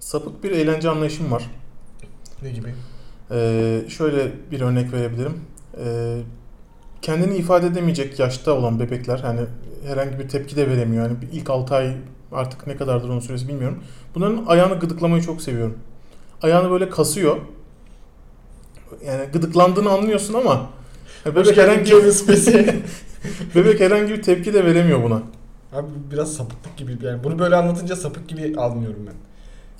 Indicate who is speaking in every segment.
Speaker 1: sapık bir eğlence anlayışım var.
Speaker 2: Ne gibi?
Speaker 1: Ee, şöyle bir örnek verebilirim. Ee, kendini ifade edemeyecek yaşta olan bebekler hani herhangi bir tepki de veremiyor. Yani bir ilk 6 ay artık ne kadardır onun süresi bilmiyorum. Bunların ayağını gıdıklamayı çok seviyorum. Ayağını böyle kasıyor. Yani gıdıklandığını anlıyorsun ama
Speaker 2: Hoş
Speaker 1: bebek
Speaker 2: geldin
Speaker 1: herhangi,
Speaker 2: Kevin Spacey.
Speaker 1: bebek herhangi bir tepki de veremiyor buna.
Speaker 2: Abi bu biraz sapıklık gibi. Yani bunu böyle anlatınca sapık gibi almıyorum ben.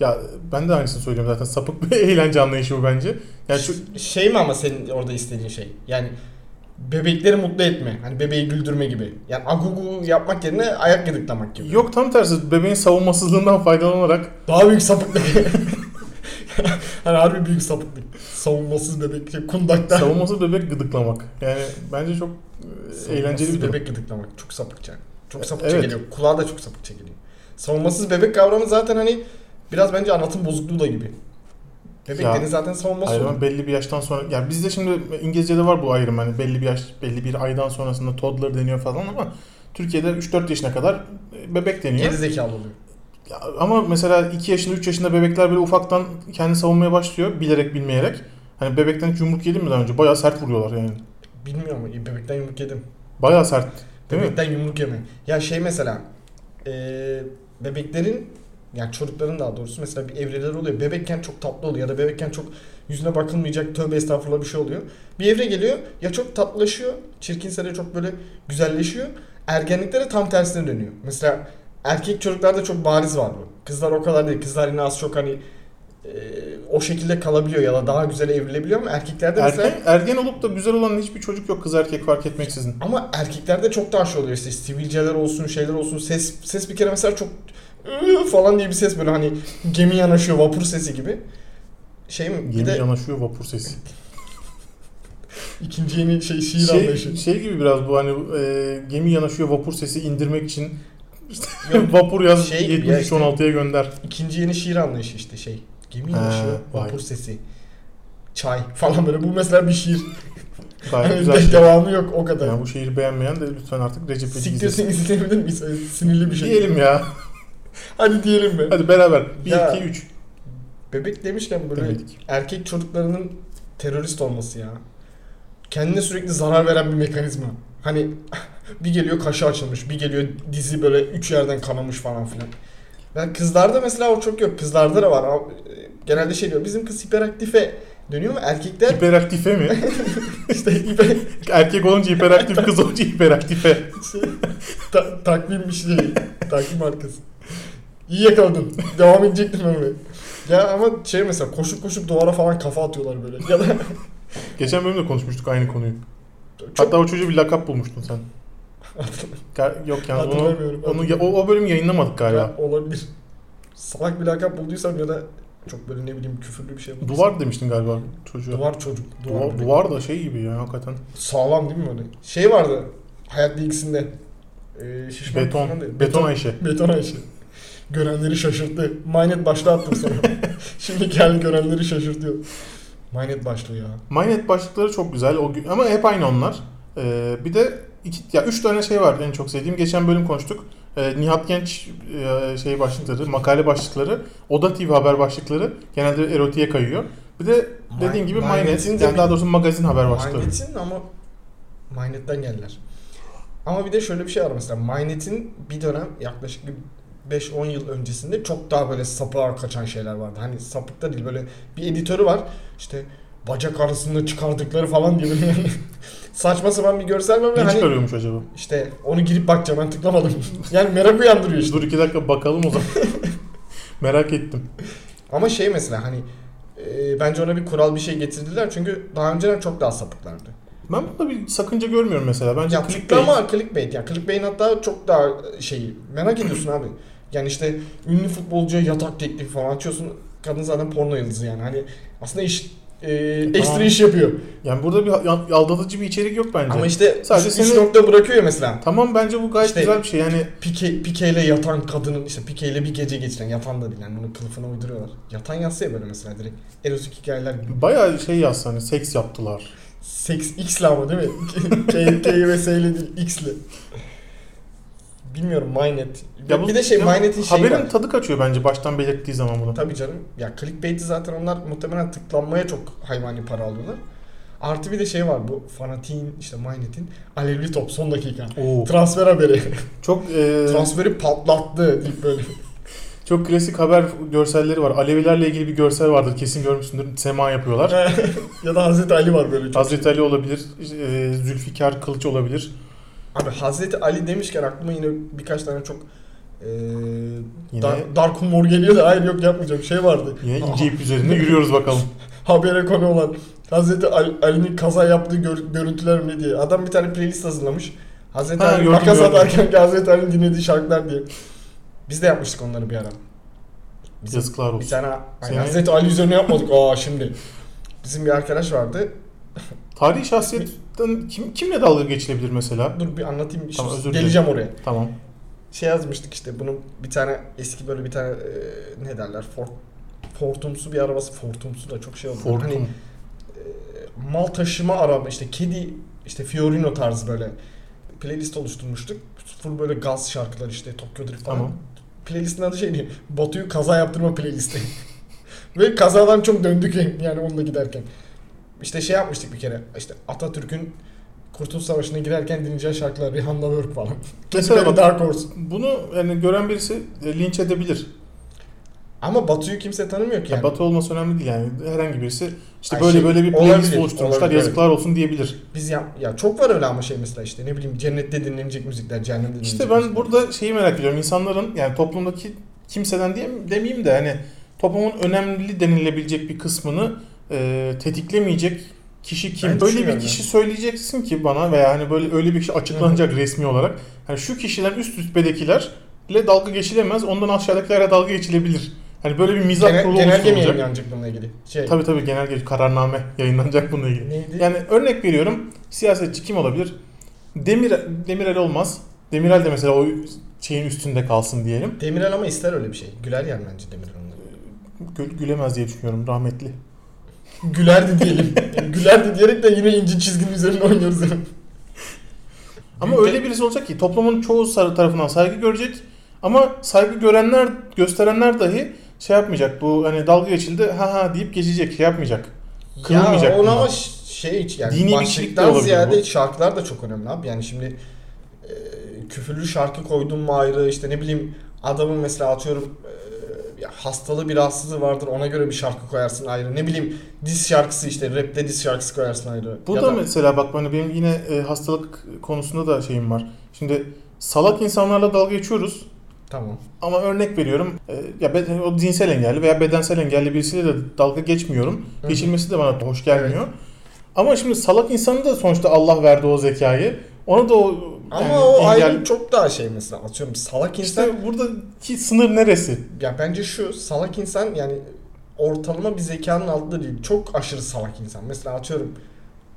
Speaker 1: Ya ben de aynısını söylüyorum zaten sapık bir eğlence anlayışı bu bence. Yani şu,
Speaker 2: Ş- şey mi ama senin orada istediğin şey? Yani bebekleri mutlu etme. Hani bebeği güldürme gibi. Yani agugu yapmak yerine ayak gıdıklamak gibi.
Speaker 1: yok tam tersi bebeğin savunmasızlığından faydalanarak
Speaker 2: Daha büyük sapıklık. hani harbi büyük sapıklık. Savunmasız bebek. Şey, kundakta.
Speaker 1: savunmasız bebek gıdıklamak. Yani bence çok e, eğlenceli bir durum.
Speaker 2: bebek gıdıklamak çok sapıkça. Çok
Speaker 1: E-
Speaker 2: sapıkça
Speaker 1: evet.
Speaker 2: geliyor. Kulağa da çok sapıkça geliyor. Savunmasız bebek kavramı zaten hani biraz bence anlatım bozukluğu da gibi. Bebek
Speaker 1: Ya,
Speaker 2: dediğin zaten savunmasız.
Speaker 1: Ayrım
Speaker 2: oluyor.
Speaker 1: belli bir yaştan sonra yani bizde şimdi İngilizce'de var bu ayrım hani belli bir yaş belli bir aydan sonrasında toddler deniyor falan ama Türkiye'de 3-4 yaşına kadar e, bebek deniyor.
Speaker 2: Geri zekalı oluyor.
Speaker 1: Ya Ama mesela 2 yaşında 3 yaşında bebekler böyle ufaktan kendi savunmaya başlıyor bilerek bilmeyerek. Hani bebekten hiç yumruk yedin mi daha önce? Bayağı sert vuruyorlar yani.
Speaker 2: Bilmiyorum ama bebekten yumruk yedim.
Speaker 1: Bayağı sert. Değil mi?
Speaker 2: Bebekten yumruk yeme. Ya şey mesela eee, bebeklerin yani çocukların daha doğrusu mesela bir evreleri oluyor. Bebekken çok tatlı oluyor ya da bebekken çok yüzüne bakılmayacak tövbe estağfurullah bir şey oluyor. Bir evre geliyor ya çok tatlılaşıyor, çirkinse de çok böyle güzelleşiyor. Ergenlikte de tam tersine dönüyor. Mesela erkek çocuklarda çok bariz var bu. Kızlar o kadar değil. Kızlar yine az çok hani eee, o şekilde kalabiliyor ya da daha güzel evrilebiliyor ama erkeklerde mesela
Speaker 1: Ergen, ergen olup da güzel olan hiçbir çocuk yok kız erkek fark etmeksizin.
Speaker 2: Ama erkeklerde çok daha şey oluyor işte sivilceler olsun şeyler olsun ses ses bir kere mesela çok "Iı" falan diye bir ses böyle hani gemi yanaşıyor vapur sesi gibi. Şey mi? Bir
Speaker 1: Gemi
Speaker 2: de
Speaker 1: yanaşıyor vapur sesi.
Speaker 2: ikinci yeni şey şiir
Speaker 1: Şey,
Speaker 2: anlayışı.
Speaker 1: şey gibi biraz bu hani e, gemi yanaşıyor vapur sesi indirmek için vapur yaz
Speaker 2: şey gibi ya
Speaker 1: 73
Speaker 2: işte.
Speaker 1: 16'ya gönder.
Speaker 2: İkinci yeni şiir anlayışı işte şey. Gemi
Speaker 1: Ha,
Speaker 2: yanaşıyor
Speaker 1: vay.
Speaker 2: vapur sesi. Çay falan böyle bu mesela bir şiir.
Speaker 1: Gayet
Speaker 2: Hani
Speaker 1: güzel.
Speaker 2: de-
Speaker 1: Şey.
Speaker 2: devamı yok o kadar.
Speaker 1: Yani bu şehri beğenmeyen de lütfen artık Recep İvedik izlesin.
Speaker 2: Siktirsin izleyebilir miyiz? Öyle Sinirli bir şey.
Speaker 1: Diyelim ya.
Speaker 2: Hadi diyelim mi?
Speaker 1: Hadi beraber. 1
Speaker 2: Ya.
Speaker 1: 2 3
Speaker 2: Bebek demişken böyle
Speaker 1: demedik.
Speaker 2: erkek çocuklarının terörist olması ya. Kendine sürekli zarar veren bir mekanizma. Hani bir geliyor kaşı açılmış, bir geliyor dizi böyle üç yerden kanamış falan filan. Yani kızlarda mesela o çok yok. Kızlarda da var. Ama, e, Genelde şey diyor, bizim kız hiperaktife dönüyor mu? Erkekler
Speaker 1: Hiperaktife mi?
Speaker 2: işte hiper...
Speaker 1: Erkek olunca hiperaktif, kız olunca hiperaktife.
Speaker 2: şey, ta- takvim bir şey. Takvim markası. İyi yakaladın. Devam edecektim ben böyle. Ya ama şey mesela koşup koşup duvara falan kafa atıyorlar böyle. Ya da
Speaker 1: Geçen bölümde konuşmuştuk aynı konuyu.
Speaker 2: çok
Speaker 1: Hatta o çocuğa bir lakap bulmuştun sen. Ka- Yok yalnız onu,
Speaker 2: Hatırlamıyorum,
Speaker 1: onu ya-
Speaker 2: hatırlamıyorum.
Speaker 1: o, o bölümü yayınlamadık galiba.
Speaker 2: Ya olabilir. Salak bir lakap bulduysam ya da çok böyle ne bileyim küfürlü bir şey bulduysam.
Speaker 1: Duvar demiştin galiba çocuğa.
Speaker 2: Duvar çocuk. Duvar,
Speaker 1: Duvar,
Speaker 2: bebek.
Speaker 1: duvar da şey gibi ya hakikaten.
Speaker 2: Sağlam değil mi böyle? Şey vardı. Hayat bilgisinde. Ee, şişman
Speaker 1: Şey, Beton,
Speaker 2: falan değil.
Speaker 1: beton Ayşe.
Speaker 2: Beton Ayşe. Görenleri şaşırttı. Maynet başlığı attım sana. Şimdi gel görenleri şaşırtıyor. Maynet başlığı ya.
Speaker 1: Maynet başlıkları çok güzel o gü- ama hep aynı onlar. Ee, bir de iki, ya üç tane şey var en çok sevdiğim. Geçen bölüm konuştuk. Ee, Nihat Genç e, şey başlıkları, makale başlıkları, Oda TV haber başlıkları genelde erotiğe kayıyor. Bir de dediğim gibi
Speaker 2: Maynetin
Speaker 1: Maynet,
Speaker 2: de
Speaker 1: yani
Speaker 2: bir-
Speaker 1: daha doğrusu magazin haber başlıkları.
Speaker 2: Maynet'in ama Maynet'ten geldiler. Ama bir de şöyle bir şey var mesela Maynet'in bir dönem yaklaşık bir 5-10 yıl öncesinde çok daha böyle sapığa kaçan şeyler vardı. Hani sapıkta değil böyle bir editörü var işte bacak arasında çıkardıkları falan diye böyle yani saçma sapan bir görsel var ve
Speaker 1: Ne
Speaker 2: hani
Speaker 1: çıkarıyormuş acaba?
Speaker 2: işte onu girip bakacağım ben tıklamadım. yani merak uyandırıyor işte.
Speaker 1: Dur iki dakika bakalım o zaman. Merak ettim.
Speaker 2: Ama şey mesela hani e, bence ona bir kural bir şey getirdiler çünkü daha önceden çok daha sapıklardı.
Speaker 1: Ben bunda bir sakınca görmüyorum mesela. Bence
Speaker 2: Ya
Speaker 1: clickbait-
Speaker 2: tıklama clickbait. Ya clickbait hatta çok daha şey merak ediyorsun abi. Yani işte ünlü futbolcuya yatak teklifi falan açıyorsun. Kadın zaten porno yıldızı yani. Hani aslında iş e, ekstra iş yapıyor.
Speaker 1: Yani burada bir ya- aldatıcı bir içerik yok bence.
Speaker 2: Ama işte
Speaker 1: Sadece
Speaker 2: sadece üç,
Speaker 1: seni-
Speaker 2: üç nokta bırakıyor ya mesela.
Speaker 1: Tamam bence bu gayet
Speaker 2: İşte-
Speaker 1: güzel bir şey. Yani
Speaker 2: Pike, pikeyle yatan kadının işte pikeyle bir gece geçiren yatan da değil yani bunu kılıfına uyduruyorlar. Yatan yatsa ya böyle mesela direkt erotik hikayeler gibi.
Speaker 1: bayağı şey yazsa hani seks yaptılar.
Speaker 2: Seks X'le ama değil mi? K, K ve S ile değil X'le. bilmiyorum Mynet.
Speaker 1: Ya bu-
Speaker 2: bir de şey
Speaker 1: ya
Speaker 2: Mynet'in şeyi
Speaker 1: Haberin
Speaker 2: var.
Speaker 1: tadı kaçıyor bence baştan belirttiği zaman bunu.
Speaker 2: Tabii canım. Ya clickbait'i zaten onlar muhtemelen tıklanmaya çok hayvani para alıyorlar. Artı bir de şey var bu fanatiğin işte Mynet'in alevli top son dakika.
Speaker 1: Oo.
Speaker 2: Transfer haberi.
Speaker 1: Çok e,
Speaker 2: Transferi patlattı deyip böyle.
Speaker 1: çok klasik haber görselleri var. Alevilerle ilgili bir görsel vardır kesin görmüşsündür. Sema yapıyorlar.
Speaker 2: ya da Hazreti Ali var böyle. Çok.
Speaker 1: Hazreti Ali olabilir, e, Zülfikar Kılıç olabilir.
Speaker 2: Abi Hazreti Ali demişken aklıma yine birkaç tane çok eee
Speaker 1: Yine-
Speaker 2: dar, dark humor geliyor da hayır yok yapmayacağım şey vardı.
Speaker 1: Yine
Speaker 2: Aha.
Speaker 1: ince ip üzerinde yürüyoruz bakalım.
Speaker 2: habere konu olan Hazreti Ali- Ali'nin kaza yaptığı gör- görüntüler mi diye. Adam bir tane playlist hazırlamış. Hazreti
Speaker 1: Ha,
Speaker 2: Ali
Speaker 1: gördüm,
Speaker 2: makas
Speaker 1: gördüm.
Speaker 2: atarken Hazreti Ali'nin dinlediği şarkılar diye. Biz de yapmıştık onları bir ara. Bizim
Speaker 1: Yazıklar
Speaker 2: bir
Speaker 1: olsun.
Speaker 2: tane Ay,
Speaker 1: Senin-
Speaker 2: Hazreti Ali üzerine yapmadık. Aa şimdi. Bizim bir arkadaş vardı.
Speaker 1: Tarihi şahsiyetten kim, kimle dalga geçilebilir mesela?
Speaker 2: Dur bir anlatayım.
Speaker 1: Tamam,
Speaker 2: Şimdi
Speaker 1: özür dilerim.
Speaker 2: geleceğim oraya.
Speaker 1: Tamam.
Speaker 2: şey yazmıştık işte bunun bir tane eski böyle bir tane e, ne derler Ford Fortumsu bir arabası Fortumsu da çok şey oldu.
Speaker 1: Fortum.
Speaker 2: Hani e, mal taşıma araba işte kedi işte Fiorino tarzı böyle playlist oluşturmuştuk. Full böyle gaz şarkılar işte Tokyo Drift falan.
Speaker 1: Tamam.
Speaker 2: Playlistin adı şeydi. Batu'yu kaza yaptırma playlisti. Ve kazadan çok döndük yani onunla giderken. İşte şey yapmıştık bir kere. İşte Atatürk'ün Kurtuluş Savaşı'na girerken dinleyeceği şarkılar Rihanna Work falan.
Speaker 1: Mesela
Speaker 2: Böyle
Speaker 1: bak-
Speaker 2: Dark Horse.
Speaker 1: Bunu yani gören birisi e, linç edebilir.
Speaker 2: Ama Batu'yu kimse tanımıyor ki
Speaker 1: Ya
Speaker 2: yani.
Speaker 1: Batı olması önemli değil yani. Herhangi birisi işte
Speaker 2: Ay
Speaker 1: böyle
Speaker 2: şey,
Speaker 1: böyle bir playlist
Speaker 2: olabilir,
Speaker 1: oluşturmuşlar.
Speaker 2: olabilir,
Speaker 1: yazıklar olsun diyebilir.
Speaker 2: Biz ya, ya çok var öyle ama şey mesela işte ne bileyim cennette dinlenecek müzikler, cehennemde dinlenecek
Speaker 1: İşte ben
Speaker 2: müzikler.
Speaker 1: burada şeyi merak ediyorum. İnsanların yani toplumdaki kimseden diye demeyeyim de hani toplumun önemli denilebilecek bir kısmını e, tetiklemeyecek kişi kim?
Speaker 2: Ben
Speaker 1: böyle bir
Speaker 2: düşünmüyorum
Speaker 1: kişi söyleyeceksin ki bana veya hani böyle öyle bir kişi açıklanacak resmi olarak. Hani şu kişiler üst üsttedekilerle dalga geçilemez. Ondan aşağıdakilerle dalga geçilebilir. Hani böyle bir mizah
Speaker 2: Genel,
Speaker 1: kurulu
Speaker 2: genelge mi
Speaker 1: oluşturulacak.
Speaker 2: yayınlanacak bununla ilgili? Şey,
Speaker 1: Tabii tabii genelge kararname yayınlanacak bununla ilgili.
Speaker 2: Neydi?
Speaker 1: Yani örnek veriyorum siyasetçi kim olabilir? Demir Demirel olmaz. Demirel de mesela o şeyin üstünde kalsın diyelim.
Speaker 2: Demirel ama ister öyle bir şey. Güler yer bence Demirel onları.
Speaker 1: Gül- gülemez diye düşünüyorum rahmetli.
Speaker 2: Gülerdi diyelim. Yani Gülerdi diyerek de yine ince çizginin üzerinde oynuyoruz.
Speaker 1: Ama
Speaker 2: Ülke-
Speaker 1: öyle birisi olacak ki toplumun çoğu sar- tarafından saygı görecek. Ama saygı görenler, gösterenler dahi şey yapmayacak. Bu hani dalga geçildi ha ha deyip geçecek şey yapmayacak. Kırılmayacak
Speaker 2: Ya ona
Speaker 1: bundan.
Speaker 2: ama ş- şey hiç yani
Speaker 1: Dini bir
Speaker 2: Dini
Speaker 1: içerik de olabilir
Speaker 2: ziyade
Speaker 1: bu.
Speaker 2: şarkılar da çok önemli abi. Yani şimdi e, küfürlü şarkı koydun mu ayrı işte ne bileyim adamın mesela atıyorum e, ya hastalığı bir rahatsızlığı vardır ona göre bir şarkı koyarsın ayrı. Ne bileyim diss şarkısı işte rapte diss şarkısı koyarsın ayrı.
Speaker 1: Bu
Speaker 2: Ya
Speaker 1: da, mesela bak hani benim yine e, hastalık konusunda da şeyim var. Şimdi salak insanlarla dalga geçiyoruz.
Speaker 2: Tamam.
Speaker 1: Ama örnek veriyorum e, ya ben o zihinsel engelli veya bedensel engelli birisiyle de dalga geçmiyorum.
Speaker 2: Hı.
Speaker 1: Geçilmesi de bana hoş gelmiyor. Ama şimdi salak insanı da sonuçta Allah verdi o zekayı. Ona da o
Speaker 2: Ama
Speaker 1: yani
Speaker 2: o
Speaker 1: engel-
Speaker 2: ayrı çok daha şey mesela atıyorum salak insan
Speaker 1: İşte buradaki sınır neresi?
Speaker 2: ya bence şu salak insan yani ortalama bir zekanın altında değil. Çok aşırı salak insan. Mesela atıyorum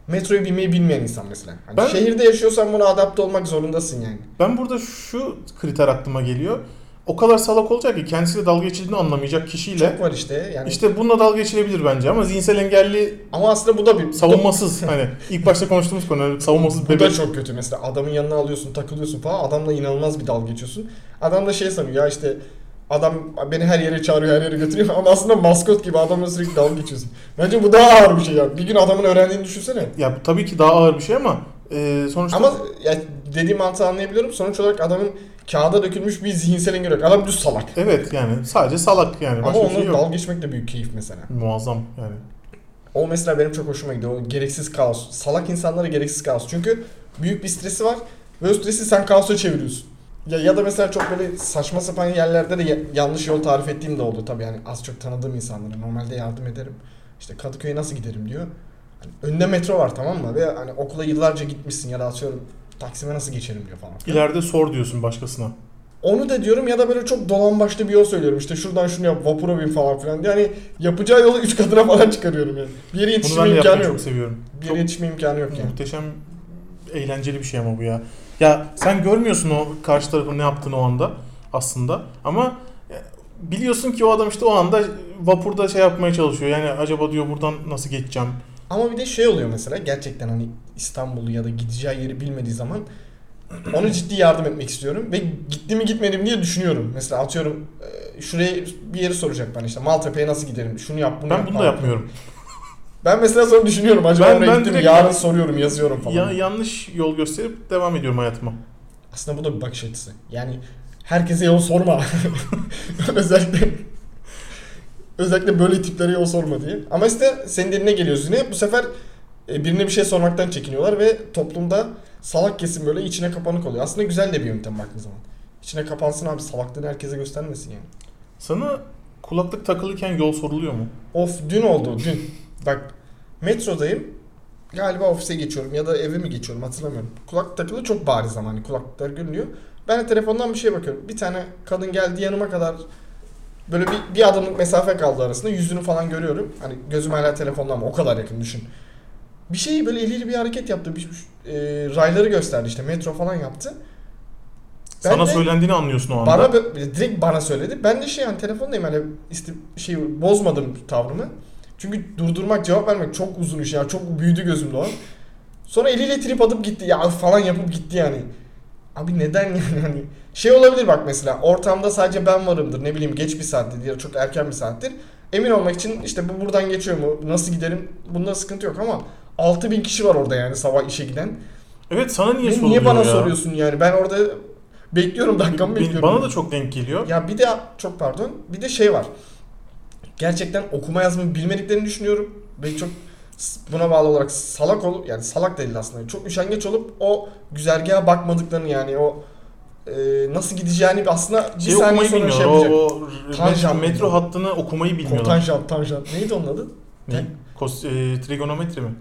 Speaker 2: metroya binmeyi bilmeyen insan mesela. Hani
Speaker 1: Ben-
Speaker 2: şehirde yaşıyorsan buna adapte olmak zorundasın yani.
Speaker 1: Ben burada şu kriter aklıma geliyor. O kadar salak olacak ki kendisiyle dalga geçildiğini anlamayacak kişiyle.
Speaker 2: Çok var işte yani.
Speaker 1: İşte bununla dalga geçilebilir bence ama zihinsel engelli
Speaker 2: Ama aslında bu da bir
Speaker 1: savunmasız hani ilk başta konuştuğumuz konu hani savunmasız
Speaker 2: Bu da
Speaker 1: bebek.
Speaker 2: çok kötü mesela adamın yanına alıyorsun takılıyorsun falan adamla inanılmaz bir dalga geçiyorsun. Adam da şey sanıyor ya işte adam beni her yere çağırıyor her yere götürüyor ama aslında maskot gibi adamla sürekli dalga geçiyorsun. Bence bu daha ağır bir şey ya. Bir gün adamın öğrendiğini düşünsene.
Speaker 1: Ya bu tabii ki daha ağır bir şey ama e, sonuçta
Speaker 2: Ama ya dediğim mantığı anlayabiliyorum. Sonuç olarak adamın kağıda dökülmüş bir zihinsel engel yok. Adam düz salak.
Speaker 1: Evet yani sadece salak yani
Speaker 2: Ama
Speaker 1: başka bir
Speaker 2: onunla
Speaker 1: şey yok.
Speaker 2: dalga geçmek de büyük keyif mesela.
Speaker 1: Muazzam yani.
Speaker 2: O mesela benim çok hoşuma gidiyor. O gereksiz kaos. Salak insanlara gereksiz kaos. Çünkü büyük bir stresi var ve o stresi sen kaosa çeviriyorsun. Ya, ya da mesela çok böyle saçma sapan yerlerde de ya- yanlış yol tarif ettiğim de oldu tabii yani az çok tanıdığım insanlara normalde yardım ederim. İşte Kadıköy'e nasıl giderim diyor. Hani önünde metro var tamam mı? Ve hani okula yıllarca gitmişsin ya da atıyorum Taksim'e nasıl geçerim diyor falan.
Speaker 1: İleride sor diyorsun başkasına.
Speaker 2: Onu da diyorum ya da böyle çok dolan başlı bir yol söylüyorum. İşte şuradan şunu yap, vapura bin falan filan. Yani yapacağı yolu üç katına falan çıkarıyorum yani. Bir yere
Speaker 1: Bunu ben
Speaker 2: yetişme
Speaker 1: de
Speaker 2: imkanı
Speaker 1: yapmayı
Speaker 2: yok.
Speaker 1: çok seviyorum.
Speaker 2: Bir
Speaker 1: Çok
Speaker 2: yere yetişme imkanı yok yani.
Speaker 1: muhteşem eğlenceli bir şey ama bu ya. Ya sen görmüyorsun o karşı tarafın ne yaptığını o anda aslında ama e, biliyorsun ki o adam işte o anda vapurda şey yapmaya çalışıyor. Yani acaba diyor buradan nasıl geçeceğim?
Speaker 2: Ama bir de şey oluyor mesela gerçekten hani İstanbul'u ya da gideceği yeri bilmediği zaman Ona ciddi yardım etmek istiyorum ve gitti mi gitmedim diye düşünüyorum. Mesela atıyorum e, şuraya bir yeri soracak bana işte Maltepe'ye nasıl giderim? Şunu yap, bunu
Speaker 1: Ben
Speaker 2: yap
Speaker 1: bunu da
Speaker 2: falan.
Speaker 1: yapmıyorum.
Speaker 2: Ben mesela sonra düşünüyorum acaba
Speaker 1: Ben-
Speaker 2: oraya
Speaker 1: ben
Speaker 2: gittim mi?
Speaker 1: direkt-
Speaker 2: yarın soruyorum, yazıyorum falan.
Speaker 1: Ya, yanlış yol gösterip devam ediyorum hayatıma.
Speaker 2: Aslında bu da bir bakış açısı. Yani herkese yol sorma. özellikle özellikle böyle tiplere yol sorma diye. Ama işte senin eline geliyoruz yine. Bu sefer e, birine bir şey sormaktan çekiniyorlar ve toplumda salak kesim böyle içine kapanık oluyor. Aslında güzel de bir yöntem baktığın zaman. İçine kapansın abi salaklığını herkese göstermesin yani.
Speaker 1: Sana kulaklık takılırken yol soruluyor mu?
Speaker 2: Of dün oldu dün. Bak metrodayım. Galiba ofise geçiyorum ya da eve mi geçiyorum hatırlamıyorum. Kulak takılı çok bariz ama hani kulaklıklar görünüyor. Ben de telefondan bir şey bakıyorum. Bir tane kadın geldi yanıma kadar böyle bir, bir adımlık mesafe kaldı arasında. Yüzünü falan görüyorum. Hani gözüm hala telefonda ama o kadar yakın düşün. Bir şeyi böyle eliyle bir hareket yaptı. Bir, e, rayları gösterdi işte metro falan yaptı. Ben
Speaker 1: Sana
Speaker 2: de-
Speaker 1: söylendiğini anlıyorsun o anda.
Speaker 2: bana bö- direkt bana söyledi. Ben de şey yani telefondayım hani isti- şey bozmadım tavrımı. Çünkü durdurmak, cevap vermek çok uzun iş ya. Çok büyüdü gözümde o. an. Sonra eliyle trip atıp gitti ya falan yapıp gitti yani. Abi neden yani hani şey olabilir bak mesela ortamda sadece ben varımdır ne bileyim geç bir saattir ya da çok erken bir saattir. Emin olmak için işte bu buradan geçiyor mu nasıl giderim bunda sıkıntı yok ama 6000 kişi var orada yani sabah işe giden.
Speaker 1: Evet sana niye
Speaker 2: Niye,
Speaker 1: soruluyor
Speaker 2: niye bana
Speaker 1: ya?
Speaker 2: soruyorsun yani ben orada bekliyorum dakikamı
Speaker 1: Be-
Speaker 2: bekliyorum.
Speaker 1: Bana da çok denk geliyor.
Speaker 2: Ya bir de çok pardon. Bir de şey var. Gerçekten okuma yazmayı bilmediklerini düşünüyorum. Ve çok s- buna bağlı olarak salak olup yani salak değil aslında. Çok üşengeç olup o güzergaha bakmadıklarını yani o e, nasıl gideceğini aslında bir
Speaker 1: şey
Speaker 2: saniye
Speaker 1: okumayı
Speaker 2: sonra
Speaker 1: bilmiyorlar.
Speaker 2: şey
Speaker 1: o,
Speaker 2: yapacak. şey
Speaker 1: o metro,
Speaker 2: Tanjant
Speaker 1: metro
Speaker 2: bilmiyor.
Speaker 1: hattını okumayı bilmiyorlar.
Speaker 2: Kontanjant, tanjant. Neydi onun adı?
Speaker 1: Ne? Kos, e, trigonometri mi?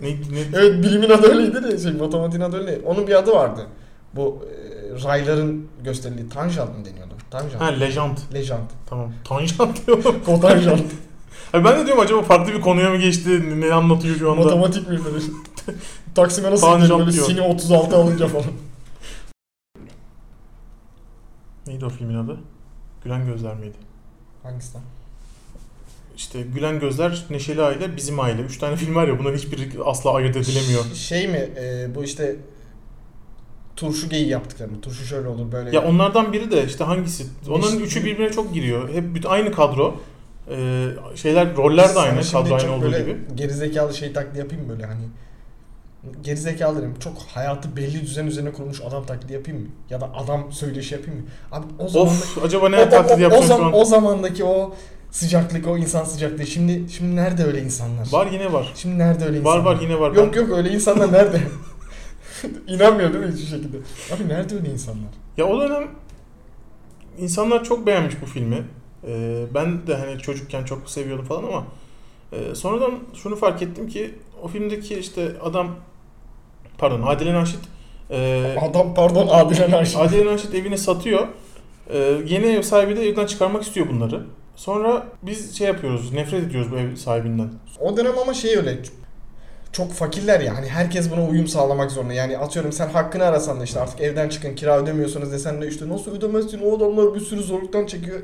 Speaker 1: Ne, ne?
Speaker 2: Evet bilimin adı öyleydi de şey matematiğin adı öyle. Onun bir adı vardı. Bu e, rayların gösterildiği tanjant mı deniyordu? Tanjant.
Speaker 1: Ha lejant.
Speaker 2: Lejant.
Speaker 1: Tamam. Tanjant diyorum.
Speaker 2: Kotanjant.
Speaker 1: Hayır, ben de diyorum acaba farklı bir konuya mı geçti? Ne- Ne anlatıyor şu anda?
Speaker 2: Matematik mi böyle? Taksim'e nasıl
Speaker 1: Tanjant
Speaker 2: gidelim böyle
Speaker 1: diyor.
Speaker 2: sine 36 alınca falan.
Speaker 1: Neydi o filmin adı? Gülen Gözler miydi?
Speaker 2: Hangisi lan?
Speaker 1: İşte Gülen Gözler, Neşeli Aile, Bizim Aile. Üç tane film var ya bunların hiçbiri asla ayırt edilemiyor.
Speaker 2: Ş- Şey mi e, bu işte turşu geyi yaptıklarını. Turşu şöyle olur böyle.
Speaker 1: Ya onlardan biri de işte hangisi? Onların
Speaker 2: Ee, Biz-
Speaker 1: üçü birbirine çok giriyor. Hep bütün- aynı kadro. Ee, şeyler roller de
Speaker 2: Sana
Speaker 1: aynı.
Speaker 2: şimdi
Speaker 1: Kadro
Speaker 2: çok
Speaker 1: aynı olduğu
Speaker 2: böyle
Speaker 1: gibi.
Speaker 2: Gerizekalı şey taklidi yapayım mı böyle hani. Gerizekalı dedim. Çok hayatı belli düzen üzerine kurulmuş adam taklidi yapayım mı? Ya da adam söyleşi yapayım mı? Abi o zaman
Speaker 1: Of acaba
Speaker 2: o, o,
Speaker 1: ne taklidi
Speaker 2: o, o,
Speaker 1: yapacağım şu
Speaker 2: zam-
Speaker 1: an?
Speaker 2: o zamandaki o sıcaklık, o insan sıcaklığı. Şimdi şimdi nerede öyle insanlar?
Speaker 1: Var yine var.
Speaker 2: Şimdi nerede öyle
Speaker 1: Var
Speaker 2: insanlar?
Speaker 1: var yine var.
Speaker 2: Yok yok öyle insanlar nerede? İnanmıyor değil mi hiçbir şekilde? Abi nerede öyle insanlar?
Speaker 1: Ya o dönem insanlar çok beğenmiş bu filmi. Ee, ben de hani çocukken çok seviyordum falan ama e, sonradan şunu fark ettim ki o filmdeki işte adam pardon Adile Naşit e,
Speaker 2: Adam pardon Adile Naşit.
Speaker 1: Adile Naşit evini satıyor. Ee, yeni ev sahibi de evden çıkarmak istiyor bunları. Sonra biz şey yapıyoruz, nefret ediyoruz bu ev sahibinden.
Speaker 2: O dönem ama şey öyle çok fakirler ya hani herkes buna uyum sağlamak zorunda. Yani atıyorum sen hakkını arasan da işte artık evden çıkın kira ödemiyorsanız desen de işte nasıl ödemezsin o adamlar bir sürü zorluktan çekiyor.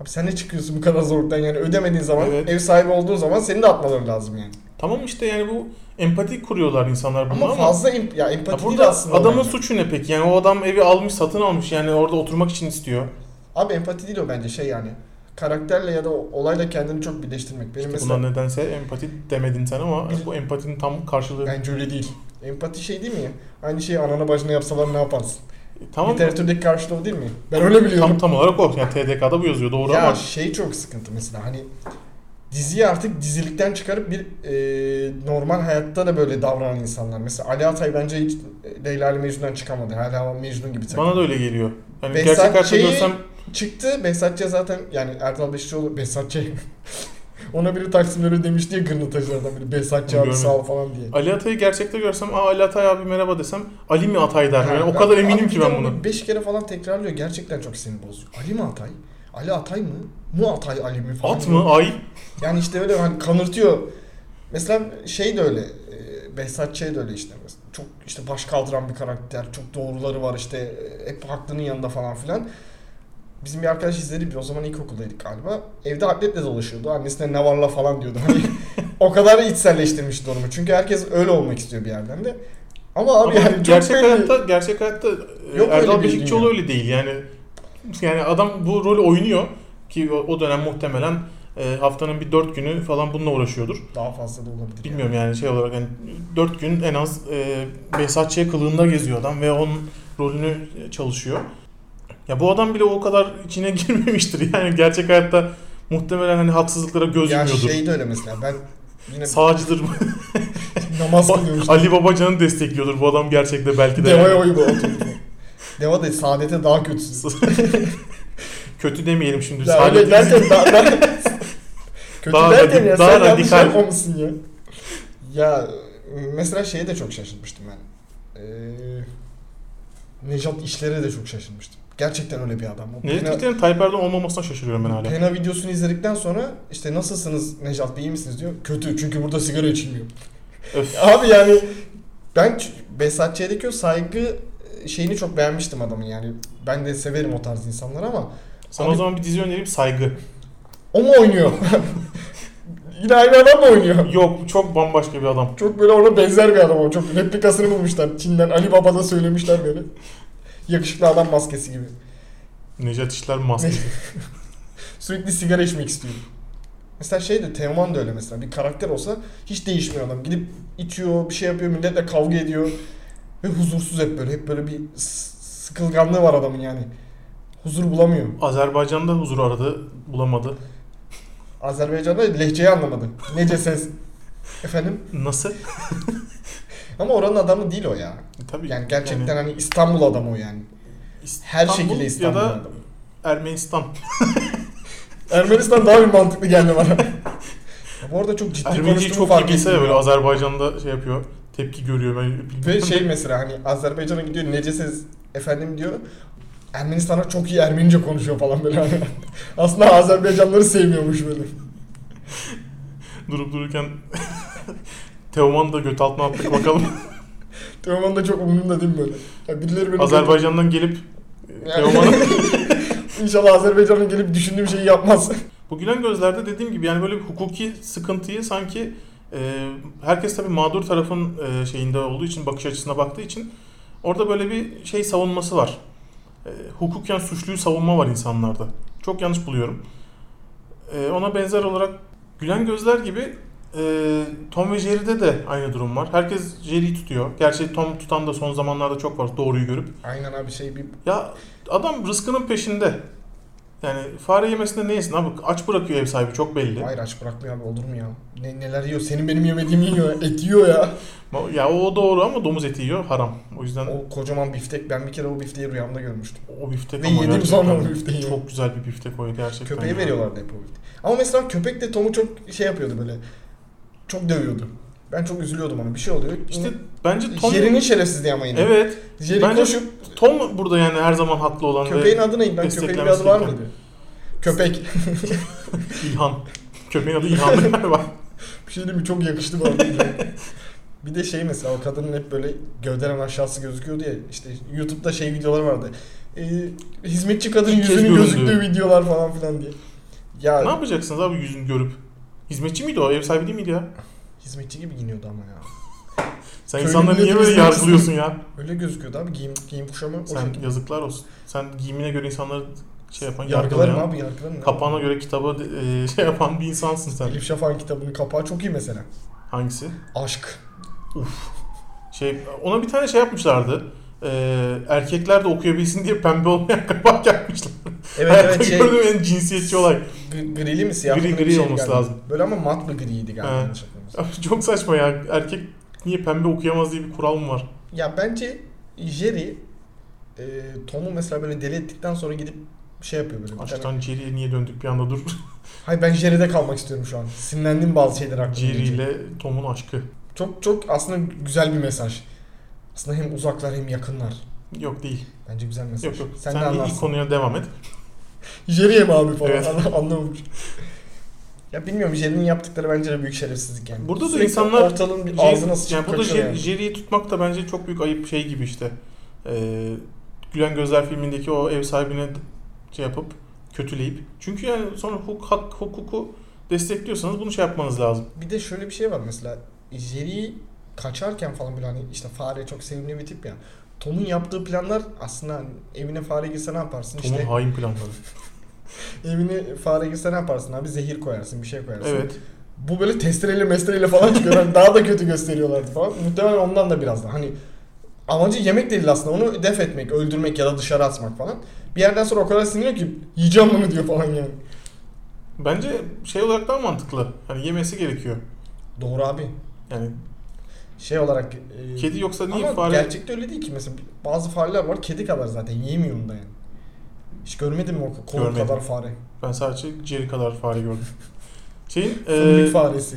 Speaker 2: Abi sen ne çıkıyorsun bu kadar zorluktan yani ödemediğin zaman
Speaker 1: Evet.
Speaker 2: ev sahibi olduğun zaman seni de atmaları lazım yani.
Speaker 1: Tamam işte yani bu empati kuruyorlar insanlar
Speaker 2: Ama,
Speaker 1: buna ama,
Speaker 2: fazla em- ya empati
Speaker 1: Ya
Speaker 2: değil
Speaker 1: burada
Speaker 2: aslında.
Speaker 1: adamın
Speaker 2: olay.
Speaker 1: suçu ne peki? Yani o adam evi almış, satın almış. Yani orada oturmak için istiyor.
Speaker 2: Abi empati değil o bence şey yani. Karakterle ya da o- olayla kendini çok birleştirmek. Benim mesela
Speaker 1: Buna nedense empati demedin sen ama
Speaker 2: Bil-
Speaker 1: bu empatinin tam karşılığı.
Speaker 2: bence öyle değil. Empati şey değil mi ya? Aynı şeyi anana başına yapsalar ne yaparsın?
Speaker 1: tamam
Speaker 2: Literatürdeki karşılığı değil mi? Ben öyle biliyorum.
Speaker 1: tam tam olarak o. Yani TDK'da bu yazıyor doğru
Speaker 2: ya
Speaker 1: ama
Speaker 2: şey çok sıkıntı mesela hani diziyi artık dizilikten çıkarıp bir e, normal hayatta da böyle davranan insanlar. Mesela Ali Atay bence hiç Leyla ile Mecnun'dan çıkamadı. Hala Mecnun gibi takılıyor.
Speaker 1: bana da öyle geliyor. Yani
Speaker 2: Behzat
Speaker 1: gerçek hayatta
Speaker 2: şeyi-
Speaker 1: görsem
Speaker 2: Çıktı Behzatçı zaten yani Erdal Beşikçioğlu Behzatçı ona biri Taksim'de öyle demiş diye gırnatacılardan biri Behzatçı abi
Speaker 1: Görmedim.
Speaker 2: sağ ol falan diye.
Speaker 1: Ali Atay'ı gerçekte görsem, aa Ali Atay abi merhaba desem Ali mi Atay der. Yani
Speaker 2: Ha,
Speaker 1: o kadar eminim
Speaker 2: abi
Speaker 1: ki
Speaker 2: bir de
Speaker 1: ben
Speaker 2: onu
Speaker 1: bunu.
Speaker 2: Beş kere falan tekrarlıyor. Gerçekten çok sinir bozucu. Ali mi Atay? Ali Atay mı? Mu Atay Ali mi falan.
Speaker 1: At mı? Ay.
Speaker 2: Yani işte öyle hani kanırtıyor. Mesela şey de öyle. e, Behzat Ç. de öyle işte. Çok işte baş kaldıran bir karakter. Çok doğruları var işte. e, Hep haklının yanında falan filan. Bizim bir arkadaş izledi. bir- O zaman ilkokuldaydık galiba. Evde atletle dolaşıyordu. Annesine ne varla falan diyordu. Hani o kadar içselleştirmiş durumu. Çünkü herkes öyle olmak istiyor bir yerden de. Ama abi
Speaker 1: Ama
Speaker 2: yani çok
Speaker 1: gerçek
Speaker 2: belli.
Speaker 1: hayatta gerçek hayatta e,
Speaker 2: Yok öyle
Speaker 1: Erdal
Speaker 2: bir şey
Speaker 1: Beşikçioğlu
Speaker 2: dünya.
Speaker 1: öyle değil yani. Yani adam bu rolü oynuyor ki o- o dönem muhtemelen e, haftanın bir dört günü falan bununla uğraşıyordur.
Speaker 2: Daha fazla da olabilir.
Speaker 1: Bilmiyorum yani şey olarak hani 4 gün en az e, Behzatçı'ya kılığında geziyor adam ve onun rolünü çalışıyor. Ya bu adam bile o kadar içine girmemiştir. Yani gerçek hayatta muhtemelen hani haksızlıklara göz
Speaker 2: Ya
Speaker 1: yumuyordur.
Speaker 2: şey de öyle mesela ben yine
Speaker 1: Sağcıdır.
Speaker 2: namaz kılıyorum.
Speaker 1: Ali Babacan'ı destekliyordur bu adam gerçekte belki de.
Speaker 2: Deva'ya oy bu oturdu. Deva da saadete daha kötüsü.
Speaker 1: Kötü demeyelim şimdi.
Speaker 2: Ya
Speaker 1: Saadet
Speaker 2: öyle derken daha, daha- kötü
Speaker 1: Daha
Speaker 2: derken
Speaker 1: radik-
Speaker 2: ya
Speaker 1: daha
Speaker 2: sen yanlış
Speaker 1: radikal.
Speaker 2: yapmamışsın ya. Ya mesela şeye de çok şaşırmıştım ben. Ee, Nejat işlere de çok şaşırmıştım. Gerçekten öyle bir adam. O Pena,
Speaker 1: Necdet'in Tayyip Erdoğan olmamasına şaşırıyorum ben hala.
Speaker 2: Pena videosunu izledikten sonra işte nasılsınız Nejat Bey iyi misiniz diyor. Kötü çünkü burada sigara içilmiyor.
Speaker 1: Öf.
Speaker 2: Abi yani ben ç- Behzat Ç'deki o saygı e, şeyini çok beğenmiştim adamın yani. Ben de severim o tarz insanları ama
Speaker 1: Sana
Speaker 2: Abi-
Speaker 1: o zaman bir dizi önereyim saygı.
Speaker 2: o mu oynuyor? Yine aynı adam mı oynuyor?
Speaker 1: Yok çok bambaşka bir adam.
Speaker 2: Çok böyle ona benzer bir adam o. Çok replikasını bulmuşlar. Çin'den Ali Baba'da söylemişler böyle. Yakışıklı adam maskesi gibi.
Speaker 1: Necdet İşler maskesi.
Speaker 2: Sürekli sigara içmek istiyor. Mesela şey de Teoman da öyle mesela. Bir karakter olsa hiç değişmiyor adam. Gidip içiyor, bir şey yapıyor, milletle kavga ediyor. Ve huzursuz hep böyle. Hep böyle bir s- sıkılganlığı var adamın yani. Huzur bulamıyor.
Speaker 1: Azerbaycan'da huzur aradı, bulamadı.
Speaker 2: Azerbaycan'da lehçeyi anlamadı. Nece ses. Efendim?
Speaker 1: Nasıl? E,
Speaker 2: Ama oranın adamı değil o ya.
Speaker 1: Tabii.
Speaker 2: Yani gerçekten hani İstanbul adamı o yani. Her
Speaker 1: İstanbul
Speaker 2: şekilde İstanbul
Speaker 1: ya da
Speaker 2: adamı.
Speaker 1: Ermenistan.
Speaker 2: Ermenistan daha bir mantıklı geldi bana. Ya bu arada çok ciddi
Speaker 1: Ermenice
Speaker 2: konuştuğumu
Speaker 1: çok
Speaker 2: fark
Speaker 1: iyi
Speaker 2: ettim.
Speaker 1: bilse de böyle Azerbaycan'da şey yapıyor. Tepki görüyor ben bilmiyorum.
Speaker 2: Ve şey mesela hani Azerbaycan'a gidiyor necesiz efendim diyor. Ermenistan'a çok iyi Ermenice konuşuyor falan böyle. hani. Aslında Azerbaycanları sevmiyormuş böyle.
Speaker 1: durup dururken Teoman da göt altına attık bakalım.
Speaker 2: Teoman da çok umurumda değil böyle. Ya birileri beni
Speaker 1: Azerbaycan'dan gelip
Speaker 2: Yani-
Speaker 1: Teoman'ı
Speaker 2: İnşallah Azerbaycan'a gelip düşündüğüm şeyi yapmaz.
Speaker 1: Bu gülen gözlerde dediğim gibi yani böyle bir hukuki sıkıntıyı sanki e, herkes tabii mağdur tarafın e, şeyinde olduğu için bakış açısına baktığı için orada böyle bir şey savunması var. E, hukuken suçluyu savunma var insanlarda. Çok yanlış buluyorum. E, ona benzer olarak gülen gözler gibi e, Tom ve Jerry'de de aynı durum var. Herkes Jerry'i tutuyor. Gerçi Tom tutan da son zamanlarda çok var doğruyu görüp.
Speaker 2: Aynen abi şey bir
Speaker 1: Ya adam rızkının peşinde. Yani fare yemesinde ne yesin abi? Aç bırakıyor ev sahibi çok belli.
Speaker 2: hayır aç bırakmıyor abi olur mu ya? Ne, neler yiyor? Senin benim yemediğimi yiyor. Et yiyor ya.
Speaker 1: Ma- Ya o doğru ama domuz eti yiyor haram. O yüzden o,
Speaker 2: O kocaman biftek. Ben bir kere o bifteği rüyamda görmüştüm.
Speaker 1: biftek
Speaker 2: Ve
Speaker 1: ama
Speaker 2: yediğim
Speaker 1: gerçekten
Speaker 2: zaman o bifteği yiyor.
Speaker 1: Çok güzel bir biftek o gerçekten.
Speaker 2: Köpeğe
Speaker 1: ya.
Speaker 2: veriyorlardı hep o bifteği. Ama mesela köpek de Tom'u çok şey yapıyordu böyle. Çok dövüyordu. Ben çok üzülüyordum ona. Bir şey oluyor.
Speaker 1: İşte
Speaker 2: Yine-
Speaker 1: bence Tom...
Speaker 2: Jerry'nin şerefsizliği ama yine.
Speaker 1: Evet.
Speaker 2: Jerry
Speaker 1: Bence-
Speaker 2: koşup
Speaker 1: Tom burada yani her zaman haklı olan
Speaker 2: köpeğin
Speaker 1: ve
Speaker 2: adı neydi? Ben köpeğin bir adı
Speaker 1: desteklemesi
Speaker 2: var
Speaker 1: gereken.
Speaker 2: mıydı? Köpek.
Speaker 1: İlhan. Köpeğin adı İlhan galiba.
Speaker 2: bir şey diyeyim mi? Çok yakıştı bana. bir de şey mesela o kadının hep böyle gövdenen aşağısı gözüküyordu ya. İşte YouTube'da şey videolar vardı. Ee, hizmetçi kadın
Speaker 1: İlk kez
Speaker 2: yüzünün
Speaker 1: göründü.
Speaker 2: gözüktüğü videolar falan filan diye. Ya
Speaker 1: ne yapacaksınız abi yüzünü görüp? Hizmetçi miydi o? Ev sahibi değil miydi ya?
Speaker 2: hizmetçi gibi giyiniyordu ama ya.
Speaker 1: Sen
Speaker 2: Köylü
Speaker 1: insanları niye
Speaker 2: milletimiz
Speaker 1: böyle yargılıyorsun ya?
Speaker 2: Öyle gözüküyordu abi giyim giyim kuşamı o
Speaker 1: Sen
Speaker 2: şekilde.
Speaker 1: yazıklar olsun. Sen giyimine göre insanları şey yapan,
Speaker 2: Yargılarım
Speaker 1: yargılayan,
Speaker 2: abi yargılarım. ya.
Speaker 1: kapağına göre kitabı e, şey yapan bir insansın sen.
Speaker 2: Elif Şafak'ın kitabının kapağı çok iyi mesela.
Speaker 1: Hangisi?
Speaker 2: Aşk.
Speaker 1: Şey, ona bir tane şey yapmışlardı. Ee, erkekler de okuyabilsin diye pembe olmayan kapak yapmışlar.
Speaker 2: Evet
Speaker 1: Hayatta
Speaker 2: evet şey
Speaker 1: gördüğüm en cinsiyetçi olay.
Speaker 2: gri- grili mi siyah mı?
Speaker 1: Gri-
Speaker 2: Öyle bir
Speaker 1: gri
Speaker 2: şeydi
Speaker 1: olması
Speaker 2: galiba.
Speaker 1: lazım.
Speaker 2: Böyle ama mat bir griydi galiba.
Speaker 1: He.
Speaker 2: yanlış hatırlamıyorsam.
Speaker 1: Abi Çok saçma ya. Erkek niye pembe okuyamaz diye bir kural mı var?
Speaker 2: Ya bence Jerry e, Tom'u mesela böyle deli ettikten sonra gidip şey yapıyor böyle. bir tane.
Speaker 1: Aşktan Jerry'e niye döndük bir anda dur.
Speaker 2: Hayır ben Jerry'de kalmak istiyorum şu an. Sinirlendim bazı şeyler hakkında.
Speaker 1: Jerry ile Tom'un aşkı.
Speaker 2: Çok çok aslında güzel bir mesaj. Aslında hem uzaklar hem yakınlar.
Speaker 1: Yok değil.
Speaker 2: Bence güzel mesaj.
Speaker 1: Yok yok.
Speaker 2: Sen,
Speaker 1: Sen,
Speaker 2: de
Speaker 1: ilk
Speaker 2: anlarsın.
Speaker 1: konuya devam et.
Speaker 2: Jerry'e mi abi falan
Speaker 1: Evet.
Speaker 2: Adam anlamamış. Ya bilmiyorum Jerry'nin yaptıkları bence de büyük şerefsizlik yani.
Speaker 1: Burada da
Speaker 2: Sürekli
Speaker 1: insanlar-
Speaker 2: ortalığın bir
Speaker 1: Jerry-
Speaker 2: ağzına sıçıp
Speaker 1: yani burada
Speaker 2: kaçıyor
Speaker 1: Jer-
Speaker 2: yani.
Speaker 1: Jerry'i tutmak da bence çok büyük ayıp şey gibi işte. Ee, Gülen Gözler filmindeki o ev sahibine şey yapıp kötüleyip. Çünkü yani sonra huk, hak, hukuku destekliyorsanız bunu şey yapmanız lazım.
Speaker 2: Bir de şöyle bir şey var mesela. Jerry'i kaçarken falan böyle hani işte fare çok sevimli bir tip ya. Tom'un yaptığı planlar aslında hani evine fare girse ne yaparsın?
Speaker 1: Tom'un
Speaker 2: işte
Speaker 1: hain planları.
Speaker 2: evine fare girse ne yaparsın abi? Zehir koyarsın, bir şey koyarsın.
Speaker 1: Evet.
Speaker 2: Bu böyle testereyle mestereyle falan çıkıyor. Hani daha da kötü gösteriyorlardı falan. Muhtemelen ondan da biraz daha. Hani amacı yemek değil aslında. Onu def etmek, öldürmek ya da dışarı atmak falan. Bir yerden sonra o kadar sinirleniyor ki yiyeceğim bunu diyor falan yani.
Speaker 1: Bence şey olarak daha mantıklı. Hani yemesi gerekiyor.
Speaker 2: Doğru abi.
Speaker 1: Yani
Speaker 2: Şey olarak... e,
Speaker 1: kedi yoksa niye
Speaker 2: Ama
Speaker 1: fare?
Speaker 2: gerçekte öyle değil ki. Mesela bazı fareler var kedi kadar zaten yiyemiyor onu da yani. Hiç görmedin mi o kolu
Speaker 1: Görmedim.
Speaker 2: kadar fare?
Speaker 1: Ben sadece Jerry kadar fare gördüm. Şeyin
Speaker 2: Fındık
Speaker 1: e,
Speaker 2: faresi.